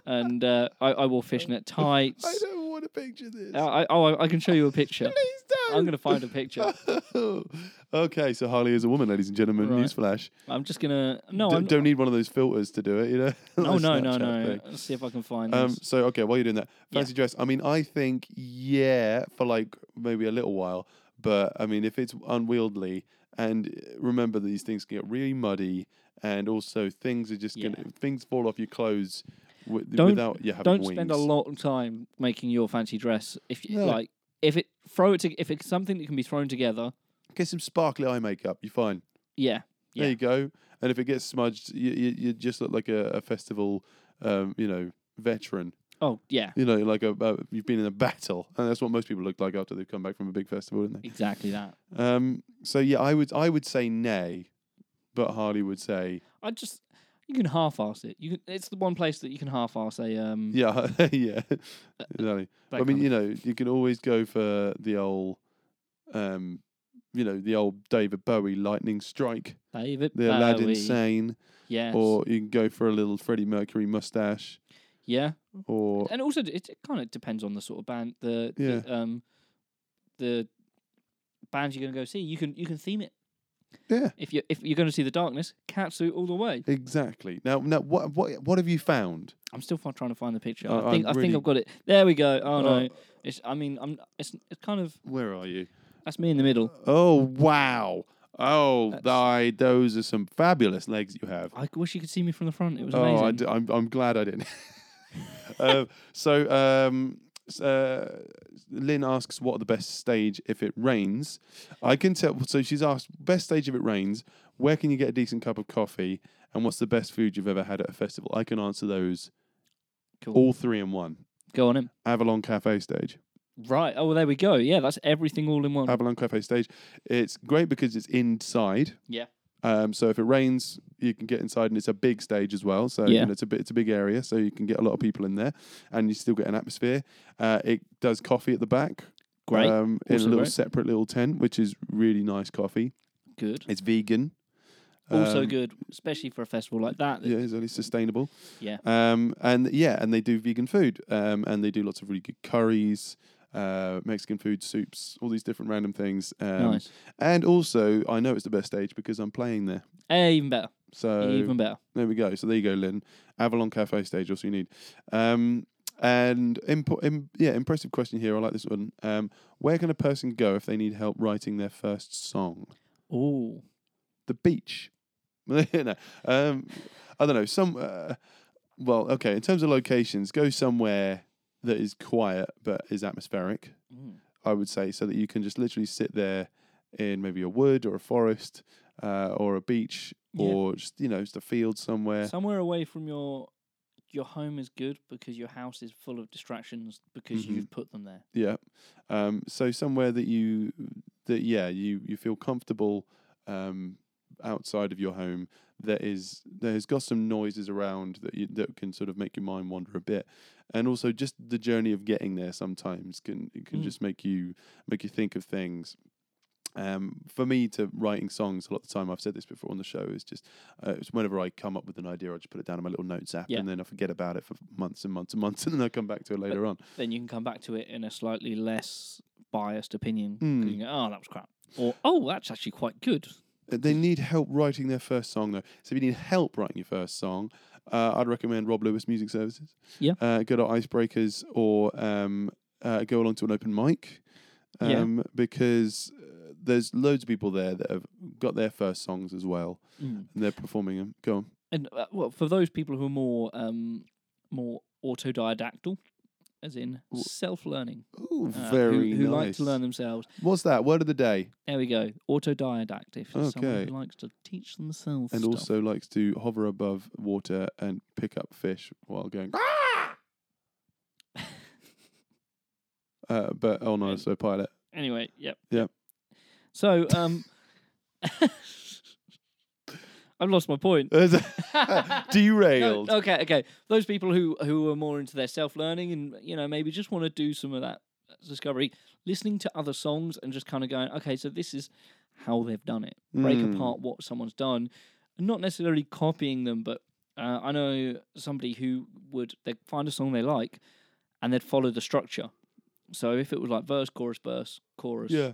Speaker 2: and uh, I, I wore fishnet tights.
Speaker 1: <laughs> I don't want to picture this.
Speaker 2: Uh, I, oh, I, I can show you
Speaker 1: <laughs>
Speaker 2: a picture.
Speaker 1: Please don't.
Speaker 2: I'm going to find
Speaker 1: <laughs>
Speaker 2: a picture.
Speaker 1: okay, so Harley is a woman, ladies and gentlemen.
Speaker 2: Right.
Speaker 1: Newsflash.
Speaker 2: I'm just going to. No,
Speaker 1: D-
Speaker 2: I'm,
Speaker 1: don't need one of those filters to do it, you know? <laughs>
Speaker 2: no,
Speaker 1: Like
Speaker 2: no, no,
Speaker 1: Snapchat
Speaker 2: no.
Speaker 1: thing.
Speaker 2: Let's see if I can find
Speaker 1: Um,
Speaker 2: this.
Speaker 1: so okay, while you're doing that,
Speaker 2: Yeah.
Speaker 1: fancy dress. I mean, I think yeah, for like maybe a little while, but I mean, if it's unwieldy, and uh, remember these things get really muddy, and also things are just gonna
Speaker 2: Yeah.
Speaker 1: things fall off your clothes wi-
Speaker 2: Don't-
Speaker 1: without you having
Speaker 2: Don't
Speaker 1: wings.
Speaker 2: spend a lot of time making your fancy dress. If you
Speaker 1: No.
Speaker 2: like, if it throw it to, if it's something that can be thrown together,
Speaker 1: Get some sparkly eye makeup. You're fine.
Speaker 2: yeah, Yeah.
Speaker 1: There you go. And if it gets smudged, you you, you just look like a, a festival, um, you know, veteran.
Speaker 2: oh yeah,
Speaker 1: You know, like a, a you've been in a battle, and that's what most people look like after they've come back from a big festival, isn't
Speaker 2: exactly that.
Speaker 1: they? Um, so yeah, I would I would say nay, but Harley would say <laughs>
Speaker 2: I just you can half-ass it. You can, it's the one place that you can half-ass a um.
Speaker 1: yeah, <laughs> yeah. Exactly.
Speaker 2: that
Speaker 1: I mean,
Speaker 2: kind
Speaker 1: you
Speaker 2: of-
Speaker 1: know, you can always go for the old, um, you know, the old David Bowie lightning strike,
Speaker 2: David
Speaker 1: the Aladdin
Speaker 2: Bowie.
Speaker 1: sane,
Speaker 2: yes,
Speaker 1: or you can go for a little Freddie Mercury mustache,
Speaker 2: yeah,
Speaker 1: or
Speaker 2: and also d- it, it kind of depends on the sort of band, the, the um, the bands you're going to go see. You can you can theme it.
Speaker 1: yeah,
Speaker 2: If you if you're going to see the darkness, catsuit all the way.
Speaker 1: exactly. Now, now, what what what have you found?
Speaker 2: I'm still fi- trying to find the picture.
Speaker 1: Uh,
Speaker 2: I think
Speaker 1: I'm
Speaker 2: I think
Speaker 1: really-
Speaker 2: I've got it. There we go. Oh
Speaker 1: Uh,
Speaker 2: no, it's. I mean, I'm. It's it's kind of
Speaker 1: Where are you?
Speaker 2: that's me in the middle.
Speaker 1: Oh wow! Oh,
Speaker 2: That's-
Speaker 1: thy those are some fabulous legs you have.
Speaker 2: I wish you could see me from the front. It was
Speaker 1: Oh, I
Speaker 2: amazing.
Speaker 1: d- I'm I'm glad I didn't. <laughs> um, so, um, s- uh, Lynn asks, "What are the best stage if it rains?" I can tell. So she's asked, "Best stage if it rains? Where can you get a decent cup of coffee? And what's the best food you've ever had at a festival?" I can answer those
Speaker 2: Cool.
Speaker 1: all three in one.
Speaker 2: Go on in.
Speaker 1: Avalon Cafe stage.
Speaker 2: Right. Oh, well, there we go. Yeah, that's everything all in one.
Speaker 1: Avalon Cafe stage. It's great because it's inside.
Speaker 2: Yeah.
Speaker 1: Um, so if it rains, you can get inside, and it's a big stage as well. So
Speaker 2: Yeah.
Speaker 1: you know, it's a bit, it's a big area, so you can get a lot of people in there, and you still get an atmosphere. Uh, it does coffee at the back,
Speaker 2: Great.
Speaker 1: Um, in a
Speaker 2: Also
Speaker 1: little
Speaker 2: great.
Speaker 1: separate little tent, which is really nice coffee.
Speaker 2: good.
Speaker 1: It's vegan,
Speaker 2: Also
Speaker 1: Um,
Speaker 2: good, especially for a festival like that.
Speaker 1: Yeah, it's really sustainable.
Speaker 2: Yeah.
Speaker 1: Um, and yeah, and they do vegan food, um, and they do lots of really good curries. Uh, Mexican food, soups, all these different random things, um,
Speaker 2: nice.
Speaker 1: and also I know it's the best stage because I'm playing there.
Speaker 2: Eh, even better.
Speaker 1: So
Speaker 2: even better.
Speaker 1: There we go. So there you go, Lynn. Avalon Cafe stage. Also, you need. Um, and impo- im- yeah, impressive question here. I like this one. Um, where can a person go if they need help writing their first song?
Speaker 2: Oh, the
Speaker 1: Beach. <laughs> no, um, I don't know. Some. Uh, well, okay. In terms of locations, go somewhere that is quiet but is atmospheric. I would say, so that you can just literally sit there in maybe a wood or a forest uh, or a beach
Speaker 2: Yeah.
Speaker 1: or just you know just a field somewhere.
Speaker 2: somewhere away from your your home is good because your house is full of distractions because
Speaker 1: Mhm.
Speaker 2: you've put them there.
Speaker 1: Yeah. Um, so somewhere that you that yeah you you feel comfortable um, outside of your home that is that has got some noises around that you, that can sort of make your mind wander a bit, and also just the journey of getting there sometimes can it can
Speaker 2: Mm.
Speaker 1: just make you make you think of things. Um, for me to writing songs a lot of the time I've said this before on the show is just uh, it's whenever I come up with an idea I just put it down in my little notes app
Speaker 2: Yeah.
Speaker 1: and then I forget about it for months and months and months <laughs> and then I come back to it later on.
Speaker 2: Then you can come back to it in a slightly less biased opinion. 'cause
Speaker 1: Mm.
Speaker 2: you go, oh, that was crap. Or, oh, that's actually quite good.
Speaker 1: Uh, They need help writing their first song, though. So if you need help writing your first song, uh, I'd recommend Rob Lewis Music Services.
Speaker 2: Yeah.
Speaker 1: Uh, go to Icebreakers or um, uh, go along to an open mic.
Speaker 2: Yeah.
Speaker 1: Um, Because uh, there's loads of people there that have got their first songs as well,
Speaker 2: Mm.
Speaker 1: and they're performing them. Go on.
Speaker 2: And uh, well, for those people who are more um, more autodidactal, as in
Speaker 1: Ooh.
Speaker 2: self-learning,
Speaker 1: Ooh,
Speaker 2: uh, who-
Speaker 1: very
Speaker 2: who,
Speaker 1: nice.
Speaker 2: like to learn themselves.
Speaker 1: What's that? Word of the day.
Speaker 2: There we go. Autodidactic. Someone
Speaker 1: Okay.
Speaker 2: who likes to teach themselves.
Speaker 1: And
Speaker 2: stuff.
Speaker 1: also likes to hover above water and pick up fish while going. <laughs> uh, but on
Speaker 2: And-
Speaker 1: ISO pilot. <laughs>
Speaker 2: Anyway, yep.
Speaker 1: Yep.
Speaker 2: So,
Speaker 1: <laughs>
Speaker 2: um, I've lost
Speaker 1: <laughs>
Speaker 2: my point. No,
Speaker 1: derailed.
Speaker 2: okay, okay. Those people who who are more into their self learning and you know maybe just want to do some of that discovery, listening to other songs and just kind of going, okay, so this is how they've done it. Break
Speaker 1: Mm.
Speaker 2: apart what someone's done, not necessarily copying them, but uh, I know somebody who would they find a song they like, and they'd follow the structure. So if it was like verse, chorus, verse, chorus,
Speaker 1: Yeah,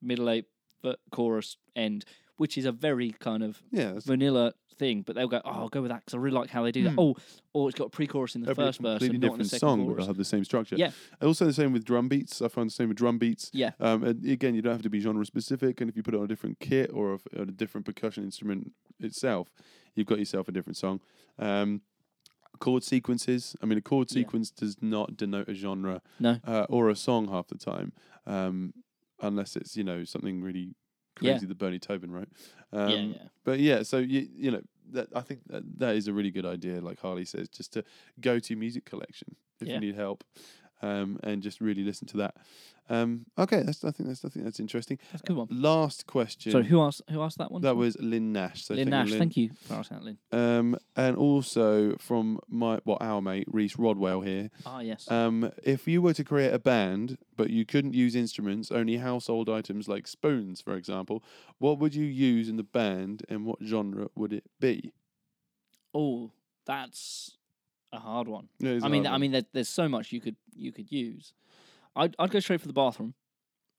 Speaker 2: middle eight, but chorus, end, which is a very kind of
Speaker 1: yeah. That's
Speaker 2: vanilla thing, but they'll go, oh, I'll go with that because I really like how they do that.
Speaker 1: Hmm.
Speaker 2: Oh, or it's got a pre-chorus in the
Speaker 1: that'd be a
Speaker 2: first verse
Speaker 1: completely
Speaker 2: and not in
Speaker 1: different
Speaker 2: the second
Speaker 1: song, but
Speaker 2: chorus.
Speaker 1: have the same structure.
Speaker 2: Yeah.
Speaker 1: And Also, the same with drum beats. I find the same with drum beats.
Speaker 2: Yeah.
Speaker 1: Um, and again, you don't have to be genre specific, and if you put it on a different kit or a, on a different percussion instrument, itself, you've got yourself a different song. Um, chord sequences. I mean, a chord
Speaker 2: Yeah.
Speaker 1: sequence does not denote a genre
Speaker 2: No.
Speaker 1: uh, or a song half the time, um, unless it's you know something really
Speaker 2: Yeah.
Speaker 1: crazy that Bernie Tobin wrote. Um,
Speaker 2: yeah, yeah.
Speaker 1: But yeah, so you you know that I think that, that is a really good idea. Like Harley says, just to go to music collection if
Speaker 2: Yeah.
Speaker 1: you need help. Um, and just really listen to that. Um, okay, that's I think that's I think that's interesting.
Speaker 2: That's a good one.
Speaker 1: Last question.
Speaker 2: So who asked who asked that one?
Speaker 1: That was Lynn Nash. So
Speaker 2: Lynn
Speaker 1: thank you,
Speaker 2: Nash. Thank you for asking that, Lynn.
Speaker 1: Um, and also from my well, our mate Reese Rodwell here.
Speaker 2: Ah, yes.
Speaker 1: Um, if you were to create a band, but you couldn't use instruments, only household items like spoons, for example, what would you use in the band, and what genre would it be?
Speaker 2: oh, that's a hard one.
Speaker 1: Yeah, it's
Speaker 2: I
Speaker 1: a
Speaker 2: mean,
Speaker 1: hard
Speaker 2: I
Speaker 1: one.
Speaker 2: mean, there, there's so much you could you could use. I'd I'd go straight for the bathroom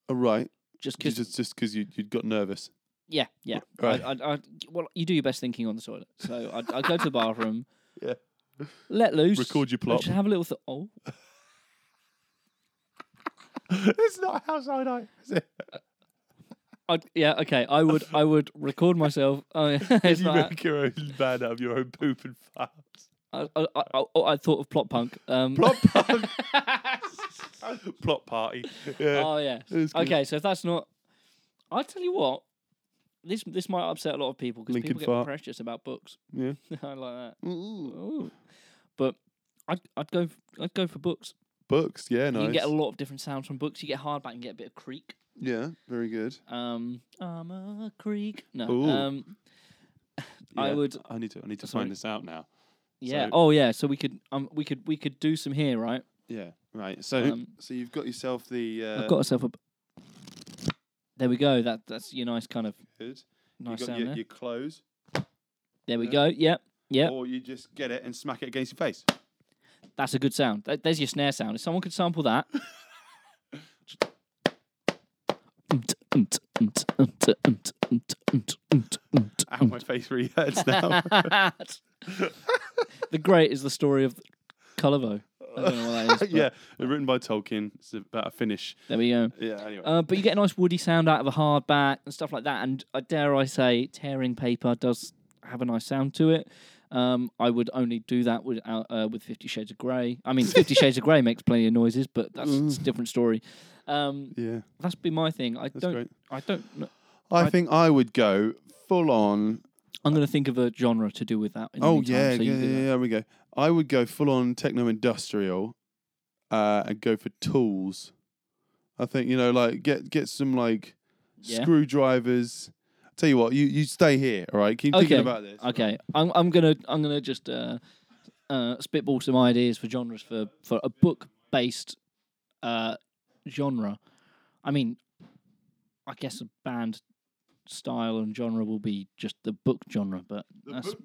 Speaker 1: oh, right,
Speaker 2: just because.
Speaker 1: just just because you you got
Speaker 2: <laughs>
Speaker 1: nervous.
Speaker 2: yeah, yeah.
Speaker 1: Right.
Speaker 2: I, I, I, well, you do your best thinking on the toilet, so I'd, I'd go to the bathroom.
Speaker 1: <laughs> Yeah.
Speaker 2: Let loose.
Speaker 1: Record your
Speaker 2: I
Speaker 1: plop.
Speaker 2: Just have a little. Th- oh,
Speaker 1: <laughs> it's not a household item. Is it?
Speaker 2: <laughs> I'd, yeah. Okay, I would I would record myself. Oh, yeah, <laughs> it's
Speaker 1: you
Speaker 2: not.
Speaker 1: make your own band out of your own poop and fart.
Speaker 2: I, I, I, I, oh, I thought of plot punk. Um, <laughs>
Speaker 1: Plot punk. Plot party. Yeah.
Speaker 2: oh yeah.
Speaker 1: It's good.
Speaker 2: Okay, so if that's not, I tell you what, this this might upset a lot of people because
Speaker 1: Lincoln
Speaker 2: people get
Speaker 1: fart.
Speaker 2: precious about books. <laughs>
Speaker 1: Yeah.
Speaker 2: I like that.
Speaker 1: Ooh.
Speaker 2: Ooh. But I'd I'd go f- I'd go for books.
Speaker 1: Books, yeah, nice.
Speaker 2: You can get a lot of different sounds from books. You get hardback and get a bit of creak.
Speaker 1: yeah, very good.
Speaker 2: Um, I'm a creak. No.
Speaker 1: Ooh.
Speaker 2: Um, I
Speaker 1: Yeah.
Speaker 2: would.
Speaker 1: I need to. I need to
Speaker 2: Sorry.
Speaker 1: find this out now.
Speaker 2: Yeah.
Speaker 1: So-
Speaker 2: oh yeah. So we could um we could we could do some here, right?
Speaker 1: Yeah. Right. So,
Speaker 2: Um,
Speaker 1: so you've got yourself the. Uh,
Speaker 2: I've got myself a. There we go. That that's your nice kind of
Speaker 1: good. You
Speaker 2: nice
Speaker 1: got
Speaker 2: sound
Speaker 1: your,
Speaker 2: there.
Speaker 1: your clothes,
Speaker 2: there we
Speaker 1: yeah.
Speaker 2: go. Yep. Yep.
Speaker 1: or you just get it and smack it against your face.
Speaker 2: That's a good sound. Th- There's your snare sound. If someone could sample that.
Speaker 1: Ow, my face really hurts
Speaker 2: <laughs>
Speaker 1: now. <laughs>
Speaker 2: the Great is the story of Kulavo. I don't know what that is. but
Speaker 1: yeah, written by Tolkien. It's about a Finnish.
Speaker 2: There we go.
Speaker 1: Yeah. Anyway.
Speaker 2: Uh, but you get a nice woody sound out of a hardback and stuff like that. And uh, dare I say, tearing paper does have a nice sound to it. Um, I would only do that with uh, uh, with Fifty Shades of Grey. I mean, Fifty Shades of Grey makes plenty of noises, but that's it's a different story. Um,
Speaker 1: yeah.
Speaker 2: that's been my thing. I
Speaker 1: That's
Speaker 2: don't.
Speaker 1: great.
Speaker 2: I don't. kn-
Speaker 1: I, think I would go full on.
Speaker 2: I'm going to think of a genre to do with that. In the
Speaker 1: Oh
Speaker 2: meantime,
Speaker 1: yeah,
Speaker 2: so
Speaker 1: yeah,
Speaker 2: you do
Speaker 1: yeah,
Speaker 2: that.
Speaker 1: yeah. We go. I would go full on techno industrial, uh, and go for tools. I think you know, like get get some like
Speaker 2: Yeah.
Speaker 1: screwdrivers. Tell you what, you, you stay here, all right? Keep thinking
Speaker 2: Okay.
Speaker 1: about this.
Speaker 2: Okay, I'm I'm gonna I'm gonna just uh, uh, spitball some ideas for genres for for a book based uh, genre. I mean, I guess a band style and genre will be just the book genre, but that's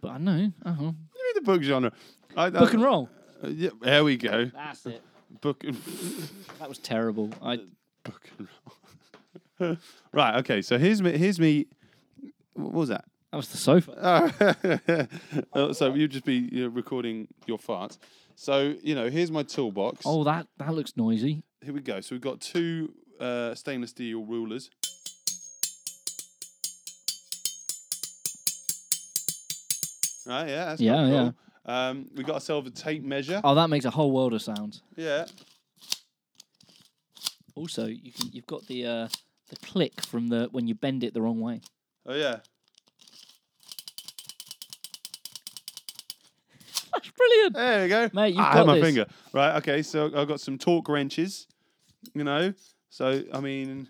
Speaker 2: but I know
Speaker 1: Give
Speaker 2: uh-huh.
Speaker 1: me the book genre. I,
Speaker 2: book and roll.
Speaker 1: roll. Yeah, there we go.
Speaker 2: That's it.
Speaker 1: Book and <laughs>
Speaker 2: That was terrible. I
Speaker 1: book and roll. <laughs> right. Okay. So here's me. Here's me. What was that?
Speaker 2: that was
Speaker 1: <laughs>
Speaker 2: the sofa.
Speaker 1: Oh. Uh, so you'd just be you know, recording your farts. So you know, here's my toolbox.
Speaker 2: Oh, that that looks noisy.
Speaker 1: Here we go. So we've got two uh, stainless steel rulers. Right, Ah, yeah, that's yeah,
Speaker 2: Yeah, yeah.
Speaker 1: cool. Um, we got ourselves a tape measure.
Speaker 2: Oh, that makes a whole world of sounds.
Speaker 1: Yeah,
Speaker 2: Also, you can, you've got the uh, the click from the when you bend it the wrong way.
Speaker 1: oh yeah.
Speaker 2: That's brilliant.
Speaker 1: There we go.
Speaker 2: Mate, you've
Speaker 1: ah, I
Speaker 2: got
Speaker 1: had my
Speaker 2: this.
Speaker 1: finger. Right, okay, so I've got some torque wrenches, you know. So, I mean,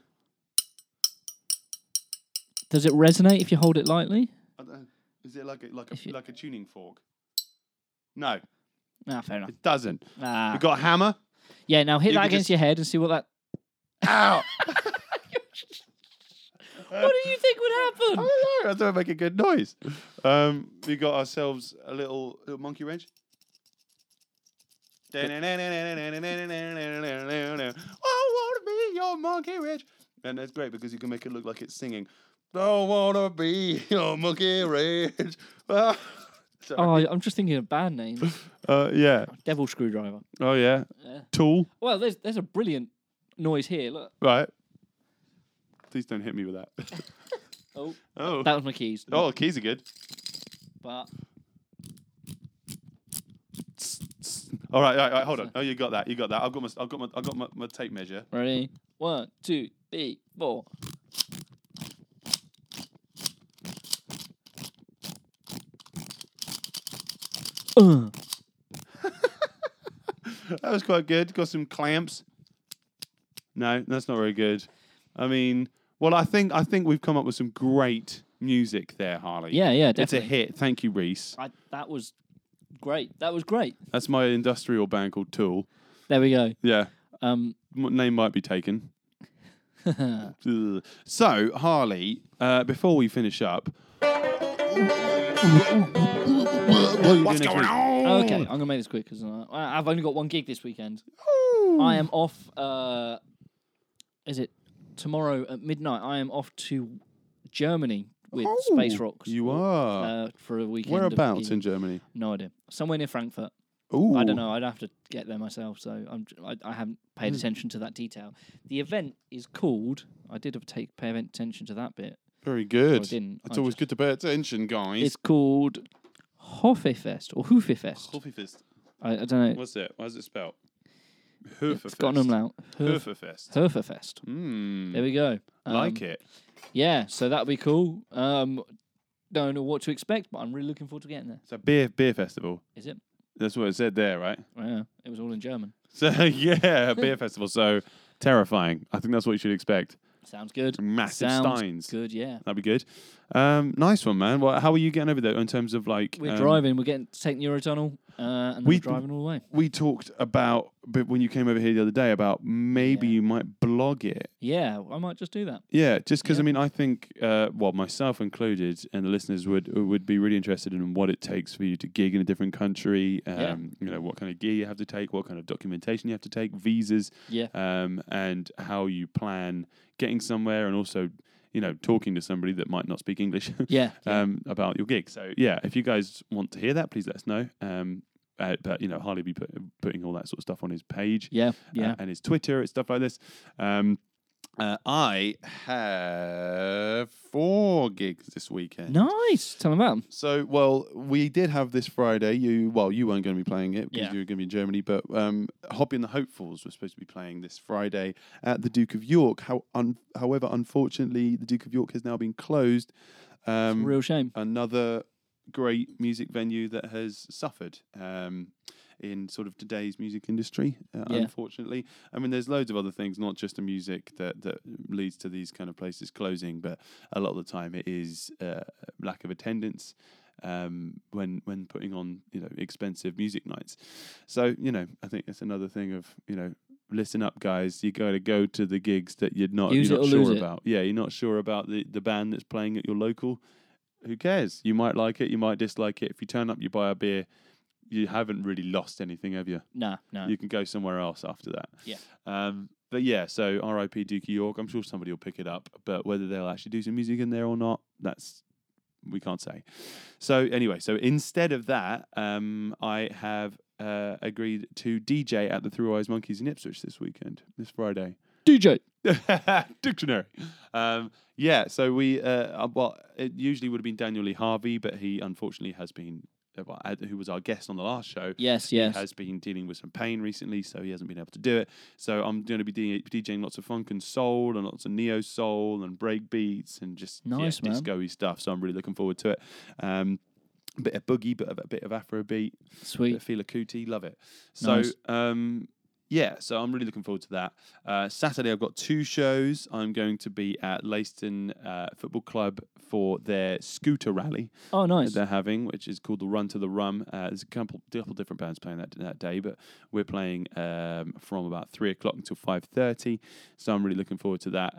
Speaker 2: Does it resonate if you hold it lightly?
Speaker 1: I don't- is it like a, like a,
Speaker 2: If you-
Speaker 1: like a tuning fork? No,
Speaker 2: Ah, fair enough.
Speaker 1: it doesn't.
Speaker 2: Ah.
Speaker 1: We've got a hammer.
Speaker 2: yeah, now hit
Speaker 1: you
Speaker 2: that
Speaker 1: could
Speaker 2: against
Speaker 1: just-
Speaker 2: your head and see what that.
Speaker 1: Ow! <laughs>
Speaker 2: <laughs> What do you think would happen?
Speaker 1: Oh, I don't know. I don't make a good noise. Um, we got ourselves a little, little monkey wrench. <laughs> I want to be your monkey wrench. And that's great because you can make it look like it's singing. Don't want to be your monkey wrench. <laughs> Ah.
Speaker 2: Oh,
Speaker 1: Sorry.
Speaker 2: I- I'm just thinking of band names.
Speaker 1: <laughs> Uh, yeah.
Speaker 2: Devil Screwdriver.
Speaker 1: Oh, yeah.
Speaker 2: Yeah.
Speaker 1: Tool.
Speaker 2: Well, there's there's a brilliant noise here. Look.
Speaker 1: Right. Please don't hit me with that. <laughs>
Speaker 2: Oh,
Speaker 1: Oh,
Speaker 2: that was my keys.
Speaker 1: oh, keys are good.
Speaker 2: But
Speaker 1: All right, all right, all right, hold
Speaker 2: <laughs>
Speaker 1: on. Oh, you got that. You got that. I've got my, I've got my, I've got my, my tape measure.
Speaker 2: ready? One, two, three, four. Uh,
Speaker 1: That was quite good. Got some clamps. No, that's not very good. I mean, well, I think I think we've come up with some great music there, Harley.
Speaker 2: yeah, yeah,
Speaker 1: it's a
Speaker 2: definitely.
Speaker 1: hit. Thank you, Reese.
Speaker 2: I, that was great. That was great.
Speaker 1: That's my industrial band called Tool.
Speaker 2: There we go.
Speaker 1: Yeah,
Speaker 2: Um,
Speaker 1: m- name might be
Speaker 2: <laughs>
Speaker 1: taken. <laughs> Ugh. So, Harley, uh, before we finish up, what's going on?
Speaker 2: oh, Okay, I'm gonna make this quick because I've only got one gig this weekend. I am off. Uh, is it tomorrow at midnight? I am off to Germany with Space Rocks.
Speaker 1: You are.
Speaker 2: uh, for a weekend. of
Speaker 1: Whereabouts
Speaker 2: gigs.
Speaker 1: in Germany?
Speaker 2: No idea. Somewhere near Frankfurt.
Speaker 1: Ooh.
Speaker 2: I don't know. I'd have to get there myself, so I'm, j- I, I haven't paid attention to that detail. The event is called. I did have take pay attention to that bit.
Speaker 1: Very good. It's
Speaker 2: didn't. I
Speaker 1: always
Speaker 2: just-
Speaker 1: good to pay attention, guys.
Speaker 2: It's called Hofefest or Hufefest.
Speaker 1: Coffee Fist.
Speaker 2: I, I don't know.
Speaker 1: What's it? How's it spelled?
Speaker 2: It's got an umlaut. Huf-
Speaker 1: Hooferfest.
Speaker 2: Hurferfest. There
Speaker 1: Mm,
Speaker 2: we go.
Speaker 1: like
Speaker 2: Um,
Speaker 1: it.
Speaker 2: Yeah, so that'll be cool. Um, don't know what to expect, but I'm really looking forward to getting there.
Speaker 1: It's a beer beer festival.
Speaker 2: Is it?
Speaker 1: That's what it said there, right? <laughs>
Speaker 2: Yeah, it was all in German.
Speaker 1: So yeah, a
Speaker 2: <laughs>
Speaker 1: beer festival. So terrifying. I think that's what you should expect.
Speaker 2: Sounds good.
Speaker 1: Massive
Speaker 2: Sounds
Speaker 1: steins.
Speaker 2: Good, yeah.
Speaker 1: That'd be good. Um, nice one, man. Well, how are you getting over there in terms of like?
Speaker 2: We're
Speaker 1: um,
Speaker 2: driving. We're getting to take Neurotunnel, uh, and then
Speaker 1: We-
Speaker 2: we're driving all the way.
Speaker 1: We talked about, but when you came over here the other day, about maybe
Speaker 2: Yeah.
Speaker 1: you might blog it.
Speaker 2: Yeah, I might just do that.
Speaker 1: Yeah, just because
Speaker 2: Yeah.
Speaker 1: I mean, I think, uh, well, myself included, and the listeners would uh, would be really interested in what it takes for you to gig in a different country. Um,
Speaker 2: Yeah.
Speaker 1: You know, what kind of gear you have to take, what kind of documentation you have to take, visas,
Speaker 2: Yeah,
Speaker 1: um, and how you plan getting somewhere, and also, you know, talking to somebody that might not speak English <laughs>
Speaker 2: yeah, yeah.
Speaker 1: um, about your gig. So yeah, if you guys want to hear that, please let us know. Um, uh, but you know, Harley be put, putting all that sort of stuff on his page
Speaker 2: yeah,
Speaker 1: uh,
Speaker 2: yeah.
Speaker 1: and his Twitter and stuff like this. Um, uh, I have four gigs this weekend.
Speaker 2: nice. Tell them about 'em.
Speaker 1: So, well, we did have this Friday. You, well, you weren't going to be playing it because
Speaker 2: Yeah.
Speaker 1: you were going to be in Germany, but um, Hobby and the Hopefuls were supposed to be playing this Friday at the Duke of York. How, un- however, unfortunately, the Duke of York has now been closed. Um,
Speaker 2: Real shame.
Speaker 1: another great music venue that has suffered um, in sort of today's music industry. Uh,
Speaker 2: Yeah.
Speaker 1: Unfortunately, I mean, there's loads of other things, not just the music that that leads to these kind of places closing, but a lot of the time it is uh, lack of attendance. Um, when when putting on you know expensive music nights, so you know I think that's another thing of you know listen up guys you got to go to the gigs that you're not
Speaker 2: Use
Speaker 1: you're
Speaker 2: it
Speaker 1: not
Speaker 2: or
Speaker 1: sure
Speaker 2: lose it.
Speaker 1: about yeah you're not sure about the the band that's playing at your local who cares? You might like it, you might dislike it. If you turn up, you buy a beer, you haven't really lost anything, have you?
Speaker 2: Nah, no.
Speaker 1: You can go somewhere else after that.
Speaker 2: Yeah.
Speaker 1: Um, but yeah, so R.I.P. Dookie York. I'm sure somebody will pick it up, but whether they'll actually do some music in there or not, that's we can't say. So anyway, so instead of that, um, I have uh, agreed to DJ at the Three Eyes Monkeys in Ipswich this weekend, this Friday. <laughs>
Speaker 2: DJ.
Speaker 1: Dictionary. Um, yeah, so we, uh, uh, well, it usually would have been Daniel Lee Harvey, but he unfortunately has been, uh, well, uh, who was our guest on the last show,
Speaker 2: Yes,
Speaker 1: he
Speaker 2: yes.
Speaker 1: has been dealing with some pain recently, so he hasn't been able to do it. So I'm going to be de- DJing lots of funk and soul and lots of neo soul and break beats and just
Speaker 2: Nice,
Speaker 1: yeah,
Speaker 2: man.
Speaker 1: disco stuff. So I'm really looking forward to it. Um, bit of boogie, bit of, a bit of Afro beat, bit
Speaker 2: Sweet.
Speaker 1: of Fela Kuti, love it. So,
Speaker 2: Nice.
Speaker 1: um, yeah, so I'm really looking forward to that. Uh, Saturday, I've got two shows. I'm going to be at Leiston uh, Football Club for their scooter rally
Speaker 2: Oh, nice.
Speaker 1: that they're having, which is called the Run to the Rum. Uh, there's a couple, couple different bands playing that that day, but we're playing um, from about three o'clock until five thirty. So I'm really looking forward to that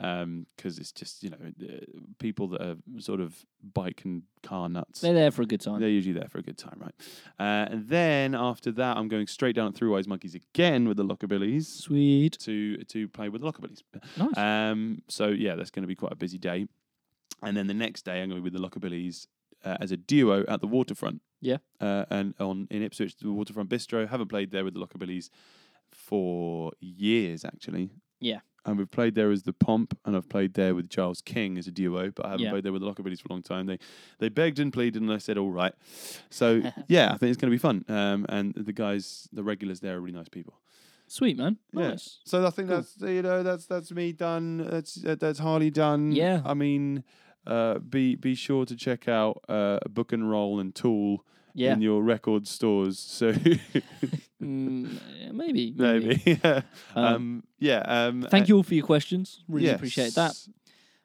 Speaker 1: because it's just you know uh, people that are sort of bike and car nuts.
Speaker 2: They're there for a good time.
Speaker 1: They're usually there for a good time, right? Uh, and then after that, I'm going straight down at Three Wise Monkeys again with the Lockabillys
Speaker 2: Sweet. Uh,
Speaker 1: to to play with the Lockabillys.
Speaker 2: Nice.
Speaker 1: Um, so yeah, that's going to be quite a busy day. And then the next day, I'm going to be with the Lockabillys uh, as a duo at the Waterfront.
Speaker 2: Yeah.
Speaker 1: Uh, and on in Ipswich, the Waterfront Bistro. Haven't played there with the Lockabillys for years, actually.
Speaker 2: Yeah.
Speaker 1: and we've played there as the Pomp, and I've played there with Charles King as a duo, but I haven't
Speaker 2: Yeah.
Speaker 1: played there with the Lockabillies for a long time. They they begged and pleaded, and I said, "All right."
Speaker 2: <laughs>
Speaker 1: So yeah, I think it's going to be fun. Um, and the guys, the regulars there, are really nice people.
Speaker 2: Sweet man,
Speaker 1: Yeah.
Speaker 2: nice.
Speaker 1: So I think
Speaker 2: Cool.
Speaker 1: that's you know that's that's me done. That's that, that's Harley done.
Speaker 2: Yeah.
Speaker 1: I mean, uh, be be sure to check out uh, Book and Roll and Tool
Speaker 2: Yeah,
Speaker 1: in your record stores. So <laughs>
Speaker 2: Mm, eh, maybe, maybe.
Speaker 1: maybe <laughs> yeah. Um,
Speaker 2: Um,
Speaker 1: yeah. Um,
Speaker 2: Thank you all for your questions. Really appreciate that,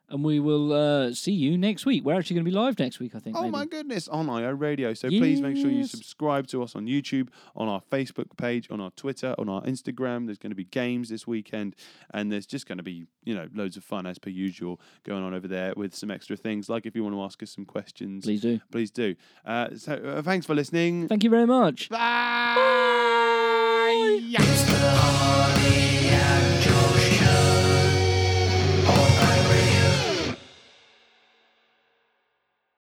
Speaker 2: and we will uh, see you next week. We're actually going to be live next week, I think.
Speaker 1: Oh
Speaker 2: maybe.
Speaker 1: my goodness, on IO Radio. So please make sure you
Speaker 2: Yes.
Speaker 1: subscribe to us on YouTube, on our Facebook page, on our Twitter, on our Instagram. There's going to be games this weekend, and there's just going to be, you know, loads of fun as per usual going on over there with some extra things. Like if you want to ask us some questions, please,
Speaker 2: Please do.
Speaker 1: do. Uh, so uh, thanks for listening.
Speaker 2: Thank you very much.
Speaker 1: Bye. Yeah.